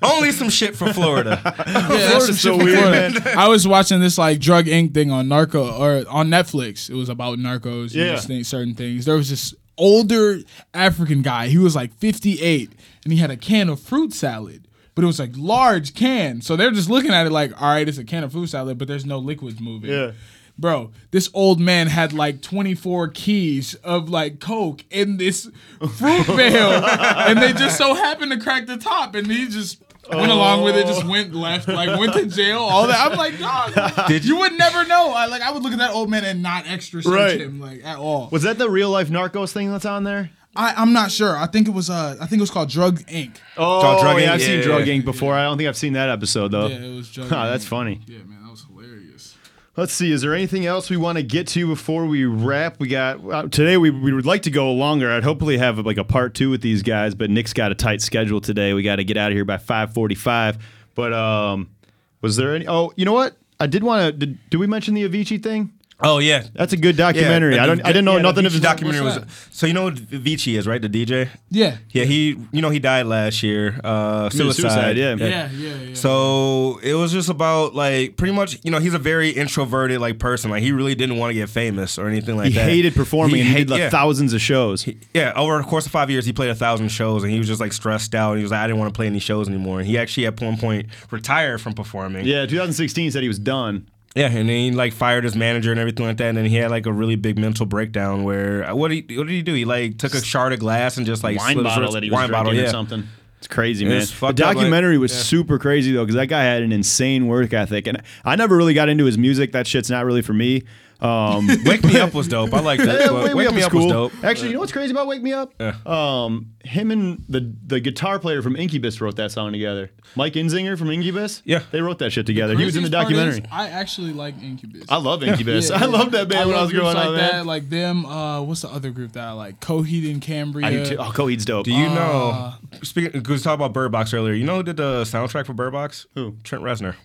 S3: Only some shit for Florida.
S2: Florida's so weird, man.
S6: I was watching this like drug Inc. thing on Narco or on Netflix. It was about narcos
S2: Yeah.
S6: and these things, certain things. There was this older African guy. He was like 58, and he had a can of fruit salad, but it was like large can. So they're just looking at it like, all right, it's a can of fruit salad, but there's no liquids moving.
S2: Yeah.
S6: Bro, this old man had like 24 keys of like coke in this fruit veil, and they just so happened to crack the top, and he just Went along with it, just went left, like went to jail, all that. I'm like, dog, did you would never know. I like I would look at that old man and not extra search
S2: Right.
S6: him like at all.
S2: Was that the real life Narcos thing that's on there?
S6: I, I'm not sure. I think it was uh I think it was called Drug Inc.
S2: Oh,
S3: Drug
S2: yeah,
S3: Inc,
S2: I've seen
S3: yeah,
S2: Drug
S3: yeah.
S2: Inc. before. I don't think I've seen that episode though.
S6: Yeah, it was Drug
S2: Oh. Huh,
S6: Inc.
S2: that's funny.
S6: Yeah, man, that was hilarious.
S2: Let's see. Is there anything else we want to get to before we wrap? We got uh, today. We, we would like to go longer. I'd hopefully have like a part two with these guys, but Nick's got a tight schedule today. We got to get out of here by five forty-five. But um, was there any? Oh, you know what? I did want to. Did, did we mention the Avicii thing?
S3: Oh yeah,
S2: That's a good documentary.
S3: Yeah,
S2: I don't.
S3: the-
S2: I didn't know
S3: yeah, the
S2: nothing of
S3: Avicii
S2: his
S3: documentary
S6: What's
S3: was. So you know what Vici is right, the DJ.
S6: Yeah.
S3: Yeah, he. You know he died last year. Uh, suicide.
S2: suicide, yeah.
S6: Yeah, yeah, yeah.
S3: So it was just about like pretty much, you know, he's a very introverted like person. Like he really didn't want to get famous or anything like
S2: He
S3: that.
S2: hated performing,
S3: He
S2: and he
S3: hate-
S2: did like
S3: yeah.
S2: thousands of shows.
S3: Yeah, over the course of five years, he played a thousand shows, and he was just like stressed out. And he was like, I didn't want to play any shows anymore. And he actually at one point retired from performing.
S2: yeah, 2016 said he was done.
S3: Yeah, and then he like fired his manager and everything like that. And then he had like a really big mental breakdown where uh, what he what did he do? He like took a shard of glass and just like
S2: wine
S3: slit his
S2: bottle
S3: wrist-
S2: that he was
S3: wine
S2: drinking
S3: bottle,
S2: or
S3: yeah.
S2: something. It's crazy,
S3: It
S2: man.
S3: was
S2: the
S3: fucked up, like-
S2: documentary was super crazy though, because that guy had an insane work ethic, and I never really got into his music. That shit's not really for me. Um,
S3: Wake me up was dope. I like that.
S2: Yeah,
S3: Wake, me
S2: is
S3: up was
S2: cool.
S3: dope.
S2: Actually, you know what's crazy about Wake Me Up? Um, him and the the guitar player from Incubus wrote that song together. Mike Inzinger from Incubus.
S3: Yeah.
S2: they wrote that shit together. He was in the
S6: Craziest part
S2: documentary.
S6: is, I actually like Incubus.
S2: I love Incubus. I loved that band when I
S6: love
S2: was growing
S6: groups like
S2: up.
S6: that,
S2: man.
S6: like them. Uh, what's the other group that I like? Coheed and Cambria.
S2: I do too. Oh, Coheed's dope.
S3: Do you
S2: Uh.
S3: know? Speaking, because we talked about Bird Box earlier. You know who did the soundtrack for Bird Box? Who? Trent Reznor.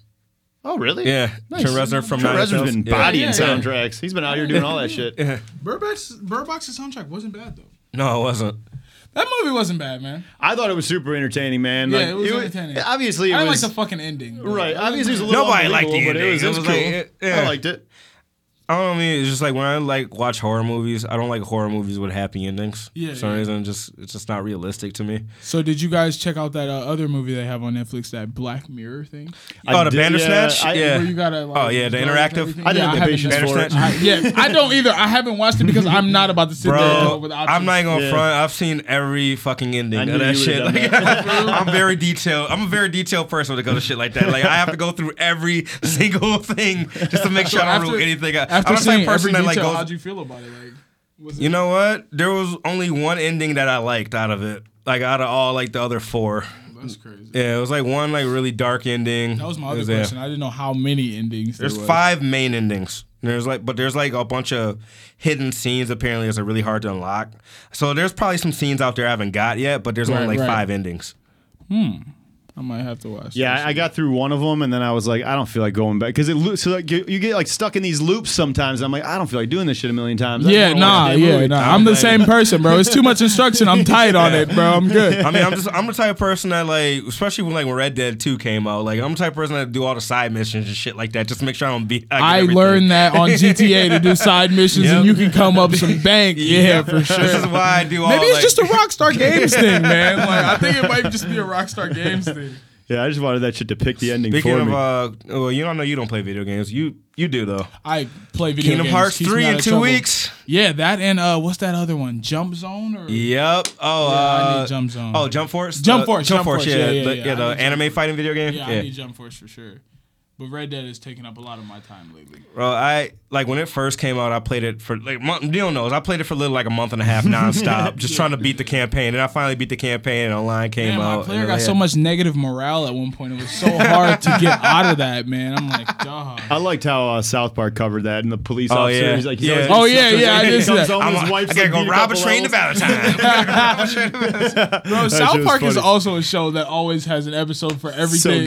S2: oh, really?
S3: Yeah,
S2: Nice.
S3: Trent Reznor from
S2: Trent
S3: Nine Inch
S2: Reznor's
S3: Nails.
S2: been
S3: Yeah.
S2: bodying
S6: Yeah, yeah.
S2: soundtracks. He's been out here doing all that shit.
S6: Birdbox. Birdbox's soundtrack wasn't bad though.
S3: No, it wasn't.
S6: That movie wasn't bad, man.
S2: I thought it was super entertaining, man.
S6: Yeah,
S2: Like,
S6: it was entertaining.
S2: Obviously, it
S6: I didn't
S2: was
S6: like the fucking ending. but-
S2: right. Obviously, it was a little
S3: Nobody liked the
S2: unbelievable, but it was, it
S3: ending.
S2: was,
S3: It was
S2: cool.
S3: like, eh, it- yeah.
S2: I liked it.
S3: I don't know. I mean, it's just like when I like watch horror movies, I don't like horror movies with happy endings.
S6: Yeah,
S3: for some
S6: yeah.
S3: reason, just it's just not realistic to me.
S6: So did you guys check out that uh, other movie they have on Netflix, that Black Mirror thing?
S2: I
S3: oh, the
S2: did-
S3: Bandersnatch.
S2: yeah, I-
S3: yeah.
S6: Where you gotta. Like,
S3: Oh, yeah, the
S6: browse
S3: interactive?
S6: everything?
S2: I didn't
S6: Yeah,
S2: have the
S6: haven't-
S2: patience for it.
S3: Bandersnatch.
S6: I, yeah, I don't either. I haven't watched it because I'm not about to sit there and come up
S3: Bro,
S6: with options.
S3: I'm not even gonna
S2: Yeah.
S3: front. I've seen every fucking ending
S2: I knew
S3: of that
S2: you
S3: shit.
S2: would've
S3: Like,
S2: done
S3: I'm very detailed. I'm a very detailed person when it comes to shit like that. Like I have to go through every single thing just to make sure I don't rule anything out.
S6: After
S3: I'm the
S6: seeing
S3: same person
S6: every
S3: that like
S6: detail,
S3: goes.
S6: how'd you feel about it? Like, was it
S3: You know what? There was only one ending that I liked out of it. Like out of all like the other four.
S6: that's crazy.
S3: Yeah, it was like one like really dark ending.
S6: That was my
S3: It
S6: other
S3: yeah.
S6: question. I didn't know how many endings.
S3: There's
S6: there was.
S3: five main endings. There's like, but there's like a bunch of hidden scenes. Apparently, that's are really hard to unlock. So there's probably some scenes out there I haven't got yet, but there's
S6: Right,
S3: only like
S6: right.
S3: five endings.
S6: I might have to watch.
S2: Yeah,
S6: this.
S2: I I got through one of them, and then I was like, I don't feel like going back because it. loo- So like you, you get like stuck in these loops sometimes. and I'm like, I don't feel like doing this shit a million times. I
S6: Yeah,
S2: just wanna watch
S6: nah,
S2: that
S6: yeah,
S2: movie.
S6: nah. I'm the same person, bro. It's too much instruction. I'm tight on it, bro. I'm good.
S3: I mean, I'm just I'm the type of person that like, especially when like when Red Dead Two came out, like I'm the type of person that do all the side missions and shit like that just to make sure I don't be. get
S6: I
S3: everything.
S6: learned that on GTA to do side missions,
S3: Yep.
S6: and you can come up some bank. Yeah, for sure.
S3: This is why I do all.
S6: Maybe it's
S3: like-
S6: just a Rockstar Games thing, man. Like I think it might just be a Rockstar Games thing.
S2: Yeah, I just wanted that shit to pick the ending
S3: Speaking
S2: for
S3: of,
S2: me.
S3: uh, well, you don't know you don't play video games. You you do though.
S6: I play video
S3: Kingdom
S6: games.
S3: Hearts
S6: Keeps me
S3: three
S6: out
S3: in
S6: of
S3: two
S6: trouble.
S3: weeks.
S6: Yeah, that and uh, what's that other one? Jump Zone or
S3: Yep. Oh,
S6: I need
S3: uh,
S6: Jump Zone.
S3: Oh, Jump Force.
S6: Jump
S3: Uh,
S6: Force,
S3: Jump
S6: Jump
S3: Force.
S6: Force,
S3: Yeah,
S6: yeah,
S3: the, yeah,
S6: yeah, yeah.
S3: the
S6: I need
S3: anime fighting video game.
S6: yeah, I need Jump Force for sure. But Red Dead has taken up a lot of my time lately.
S3: Bro, I like when it first came out. I played it for like month, Neil knows. I played it for little like a month and a half nonstop, just trying to beat the campaign. And I finally beat the campaign, and online came
S6: Man,
S3: out.
S6: my player
S3: and
S6: got
S3: yeah.
S6: so much negative morale at one point. It was so hard to get out of that, man. I'm like, dog.
S2: I liked how uh, South Park covered that, and the police
S3: Oh,
S2: officer.
S3: yeah.
S2: He's like,
S3: Yeah.
S2: he's
S3: Oh,
S2: always-
S6: yeah, yeah, I
S2: He
S6: did see
S2: comes
S6: that.
S2: home and
S3: I'm,
S2: his
S3: I
S2: wife's,
S3: gotta
S2: like,
S3: go
S2: beat
S3: rob a
S2: couple
S3: train
S2: levels.
S3: about time.
S6: Bro,
S2: shit
S6: Oh, South
S2: was
S6: Park is
S2: funny.
S6: also a show that always has an episode for everything.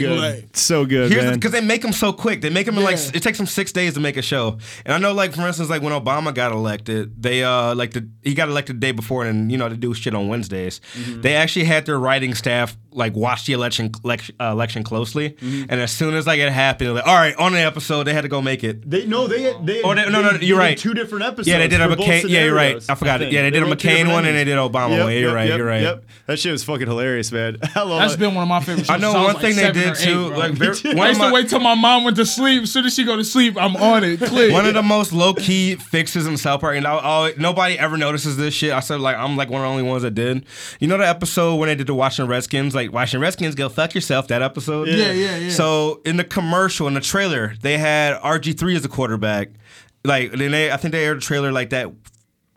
S2: So good,
S6: Like,
S2: so good,
S3: Here's
S2: man.
S3: because they make them so quick. They make them in like
S6: Yeah.
S3: it takes them six days to make a show. And I know, like for instance, like when Obama got elected, they uh like the he got elected the day before, and you know they do shit on Wednesdays.
S6: Mm-hmm.
S3: They actually had their writing staff like watch the election elec- uh, election closely,
S6: Mm-hmm.
S3: and as soon as like it happened, they're like all right, on the episode, they had to go make it.
S2: They no, they they.
S3: Oh, they- no, no,
S2: they
S3: you're
S2: did
S3: right.
S2: Two different episodes.
S3: Yeah, they did a
S2: for both
S3: McCain. Yeah, you're right.
S2: scenarios,
S3: I forgot it.
S2: think.
S3: Yeah, they, did a
S2: wrote two
S3: McCain
S2: different
S3: one and they
S2: endings.
S3: did Obama
S2: Yep,
S3: one. Yeah, you're
S2: yep,
S3: right.
S2: yep,
S3: you're right.
S2: Yep, that shit was fucking hilarious, man. I love
S6: that's
S2: it.
S6: been one of my favorite shows.
S3: I know
S6: since
S3: one
S6: was, like,
S3: thing they
S6: seven or
S3: did too.
S6: eight, bro.
S3: like very,
S6: I
S3: one of
S6: used
S3: my,
S6: to wait till my mom went to sleep. As soon as she go to sleep, I'm on it. Click.
S3: one of the most low key fixes in South Park, and I, I, nobody ever notices this shit. I said like I'm like one of the only ones that did. You know the episode when they did the Washington Redskins, like like watching Redskins go fuck yourself that episode.
S6: Yeah, yeah, yeah.
S3: So in the commercial in the trailer, they had RG three as a quarterback. Like then they, I think they aired a trailer like that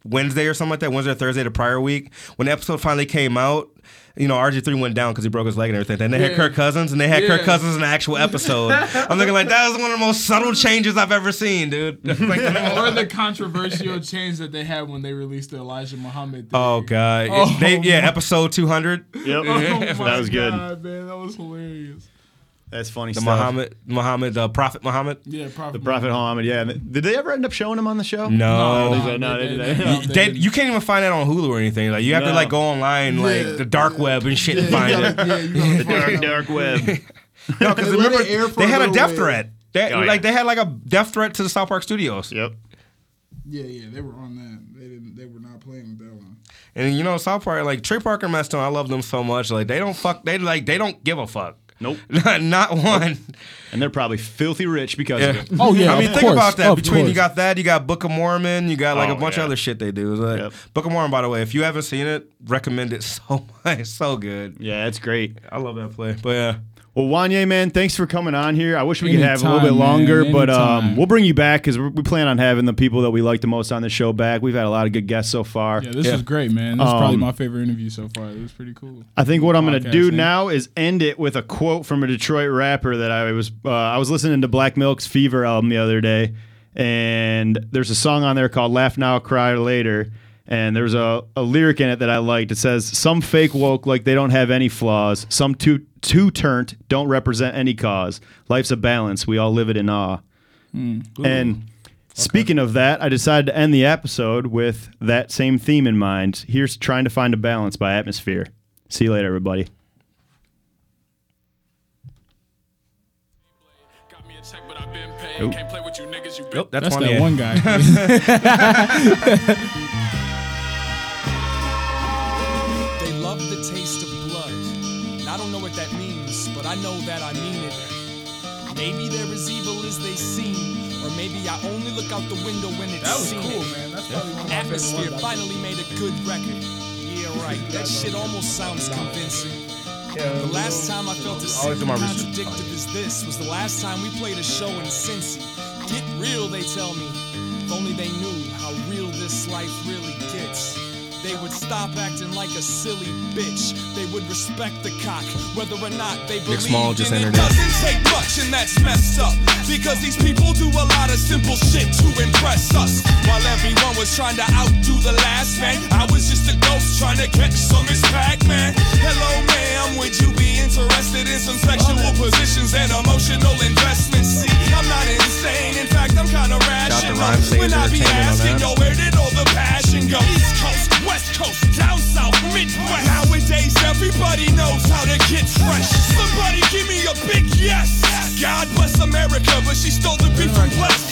S3: Wednesday or something like that, Wednesday or Thursday the prior week. When the episode finally came out, you know, RG3 went down because he broke his leg and everything. Then they had
S6: Yeah.
S3: Kirk Cousins, and they had Kirk
S6: Yeah.
S3: Cousins in the actual episode. I'm looking like, that was one of the most subtle changes I've ever seen, dude. Like,
S6: or the controversial change that they had when they released the Elijah Muhammad. Thing.
S3: oh, God.
S6: Oh,
S3: They- yeah,
S6: my-
S3: episode 200.
S2: Yep.
S6: Oh
S2: that
S6: my
S2: was good.
S6: God, Ah, man, that was hilarious.
S2: That's funny
S3: The
S2: stuff.
S3: Muhammad, Muhammad, the Prophet Muhammad.
S6: Yeah, probably.
S2: The Prophet Muhammad, yeah. Did they ever end up showing him on the show?
S3: No.
S2: they did not, they did not.
S3: They, you can't even find that on Hulu or anything. Like you have to
S2: No.
S3: like go online, like
S6: Yeah.
S3: the dark web and shit, to find it.
S6: Yeah, you gotta
S2: The dark,
S6: find out.
S2: dark web.
S3: No, because
S6: Let it
S3: remember
S6: air for
S3: they
S6: a
S3: had a
S6: little
S3: death
S6: bit.
S3: threat. They,
S2: Oh, yeah.
S3: Like they had like a death threat to the South Park Studios.
S2: Yep.
S6: Yeah, yeah, they were on that. They didn't. They were not playing with that one.
S3: And you know, South Park, like Trey Parker and Stone, I love them so much. Like they don't fuck, they like they don't give a fuck.
S2: Nope.
S3: Not, not one.
S2: And they're probably filthy rich because
S3: Yeah.
S2: of it.
S12: Oh yeah,
S3: I mean,
S12: of
S3: think
S12: course,
S3: about that.
S12: of
S3: Between you
S12: course.
S3: got that, you got Book of Mormon, you got like
S2: Oh,
S3: a bunch
S2: yeah.
S3: of other shit they do. It's like-
S2: Yep.
S3: Book of Mormon, by the way, if you haven't seen it, recommend it so much, so good.
S2: Yeah, it's great.
S3: I love that play. But yeah,
S2: Well, Wanye, man, thanks for coming on here. I wish we could have a little bit
S6: Anytime, man,
S2: longer, but um,
S6: anytime.
S2: we'll bring you back because we plan on having the people that we like the most on the show back. We've had a lot of good guests so far.
S6: Yeah, this
S3: Yeah.
S6: was great, man. This is probably
S2: Um,
S6: my favorite interview so far. It was pretty cool.
S2: I think what I'm going to
S6: Podcast,
S2: do
S6: yeah.
S2: now is end it with a quote from a Detroit rapper that I was uh, I was listening to Black Milk's Fever album the other day, and there's a song on there called "Laugh Now, Cry Later," and there's a, a lyric in it that I liked. It says, "Some fake woke like they don't have any flaws. Some too too turnt don't represent any cause. Life's a balance. We all live it in awe." And speaking of that, I decided to end the episode with that same theme in mind. Here's trying to find a balance by atmosphere. See you later, everybody.
S4: Got me a check, but I've been paid. Can't play with you niggas, you bitch.
S3: nope, that's,
S6: That's
S3: one.
S6: that one guy.
S1: They love the taste of blood. And I don't know what that means, but I know that I mean it. Maybe they're as evil as they seem, or maybe I only look out the window when it's
S6: That was
S1: seen
S6: cool,
S1: it.
S6: man. That's probably one of my
S1: Atmosphere
S6: favorite ones.
S1: finally made a good record. Yeah, right. That shit almost sounds convincing. The last time I felt as
S3: Always do
S1: simple
S3: my
S1: and
S3: research.
S1: contradictive as this was the last time we played a show in Cincy. Get real, they tell me. If only they knew how real this life really gets. They would stop acting like a silly bitch. They would respect the cock, whether or not they believe
S3: Small just
S1: in it.
S3: entered in.
S1: Doesn't take much, and that's messed up. Because these people do a lot of simple shit to impress us. While everyone was trying to outdo the last man, I was just a ghost trying to catch some Miss Pac-Man. Hello, ma'am, would you be interested in some sexual positions and emotional investments? See, I'm not insane. In fact, I'm kind of rational.
S3: Rhyme Sayers
S1: When I be
S3: Entertainment on
S1: asking,
S3: that.
S1: yo, where did all the passion go? East Coast, West Coast, down south, Midwest. Nowadays, everybody knows how to get fresh. Somebody give me a big yes. God bless America, but she stole the beat from blessed.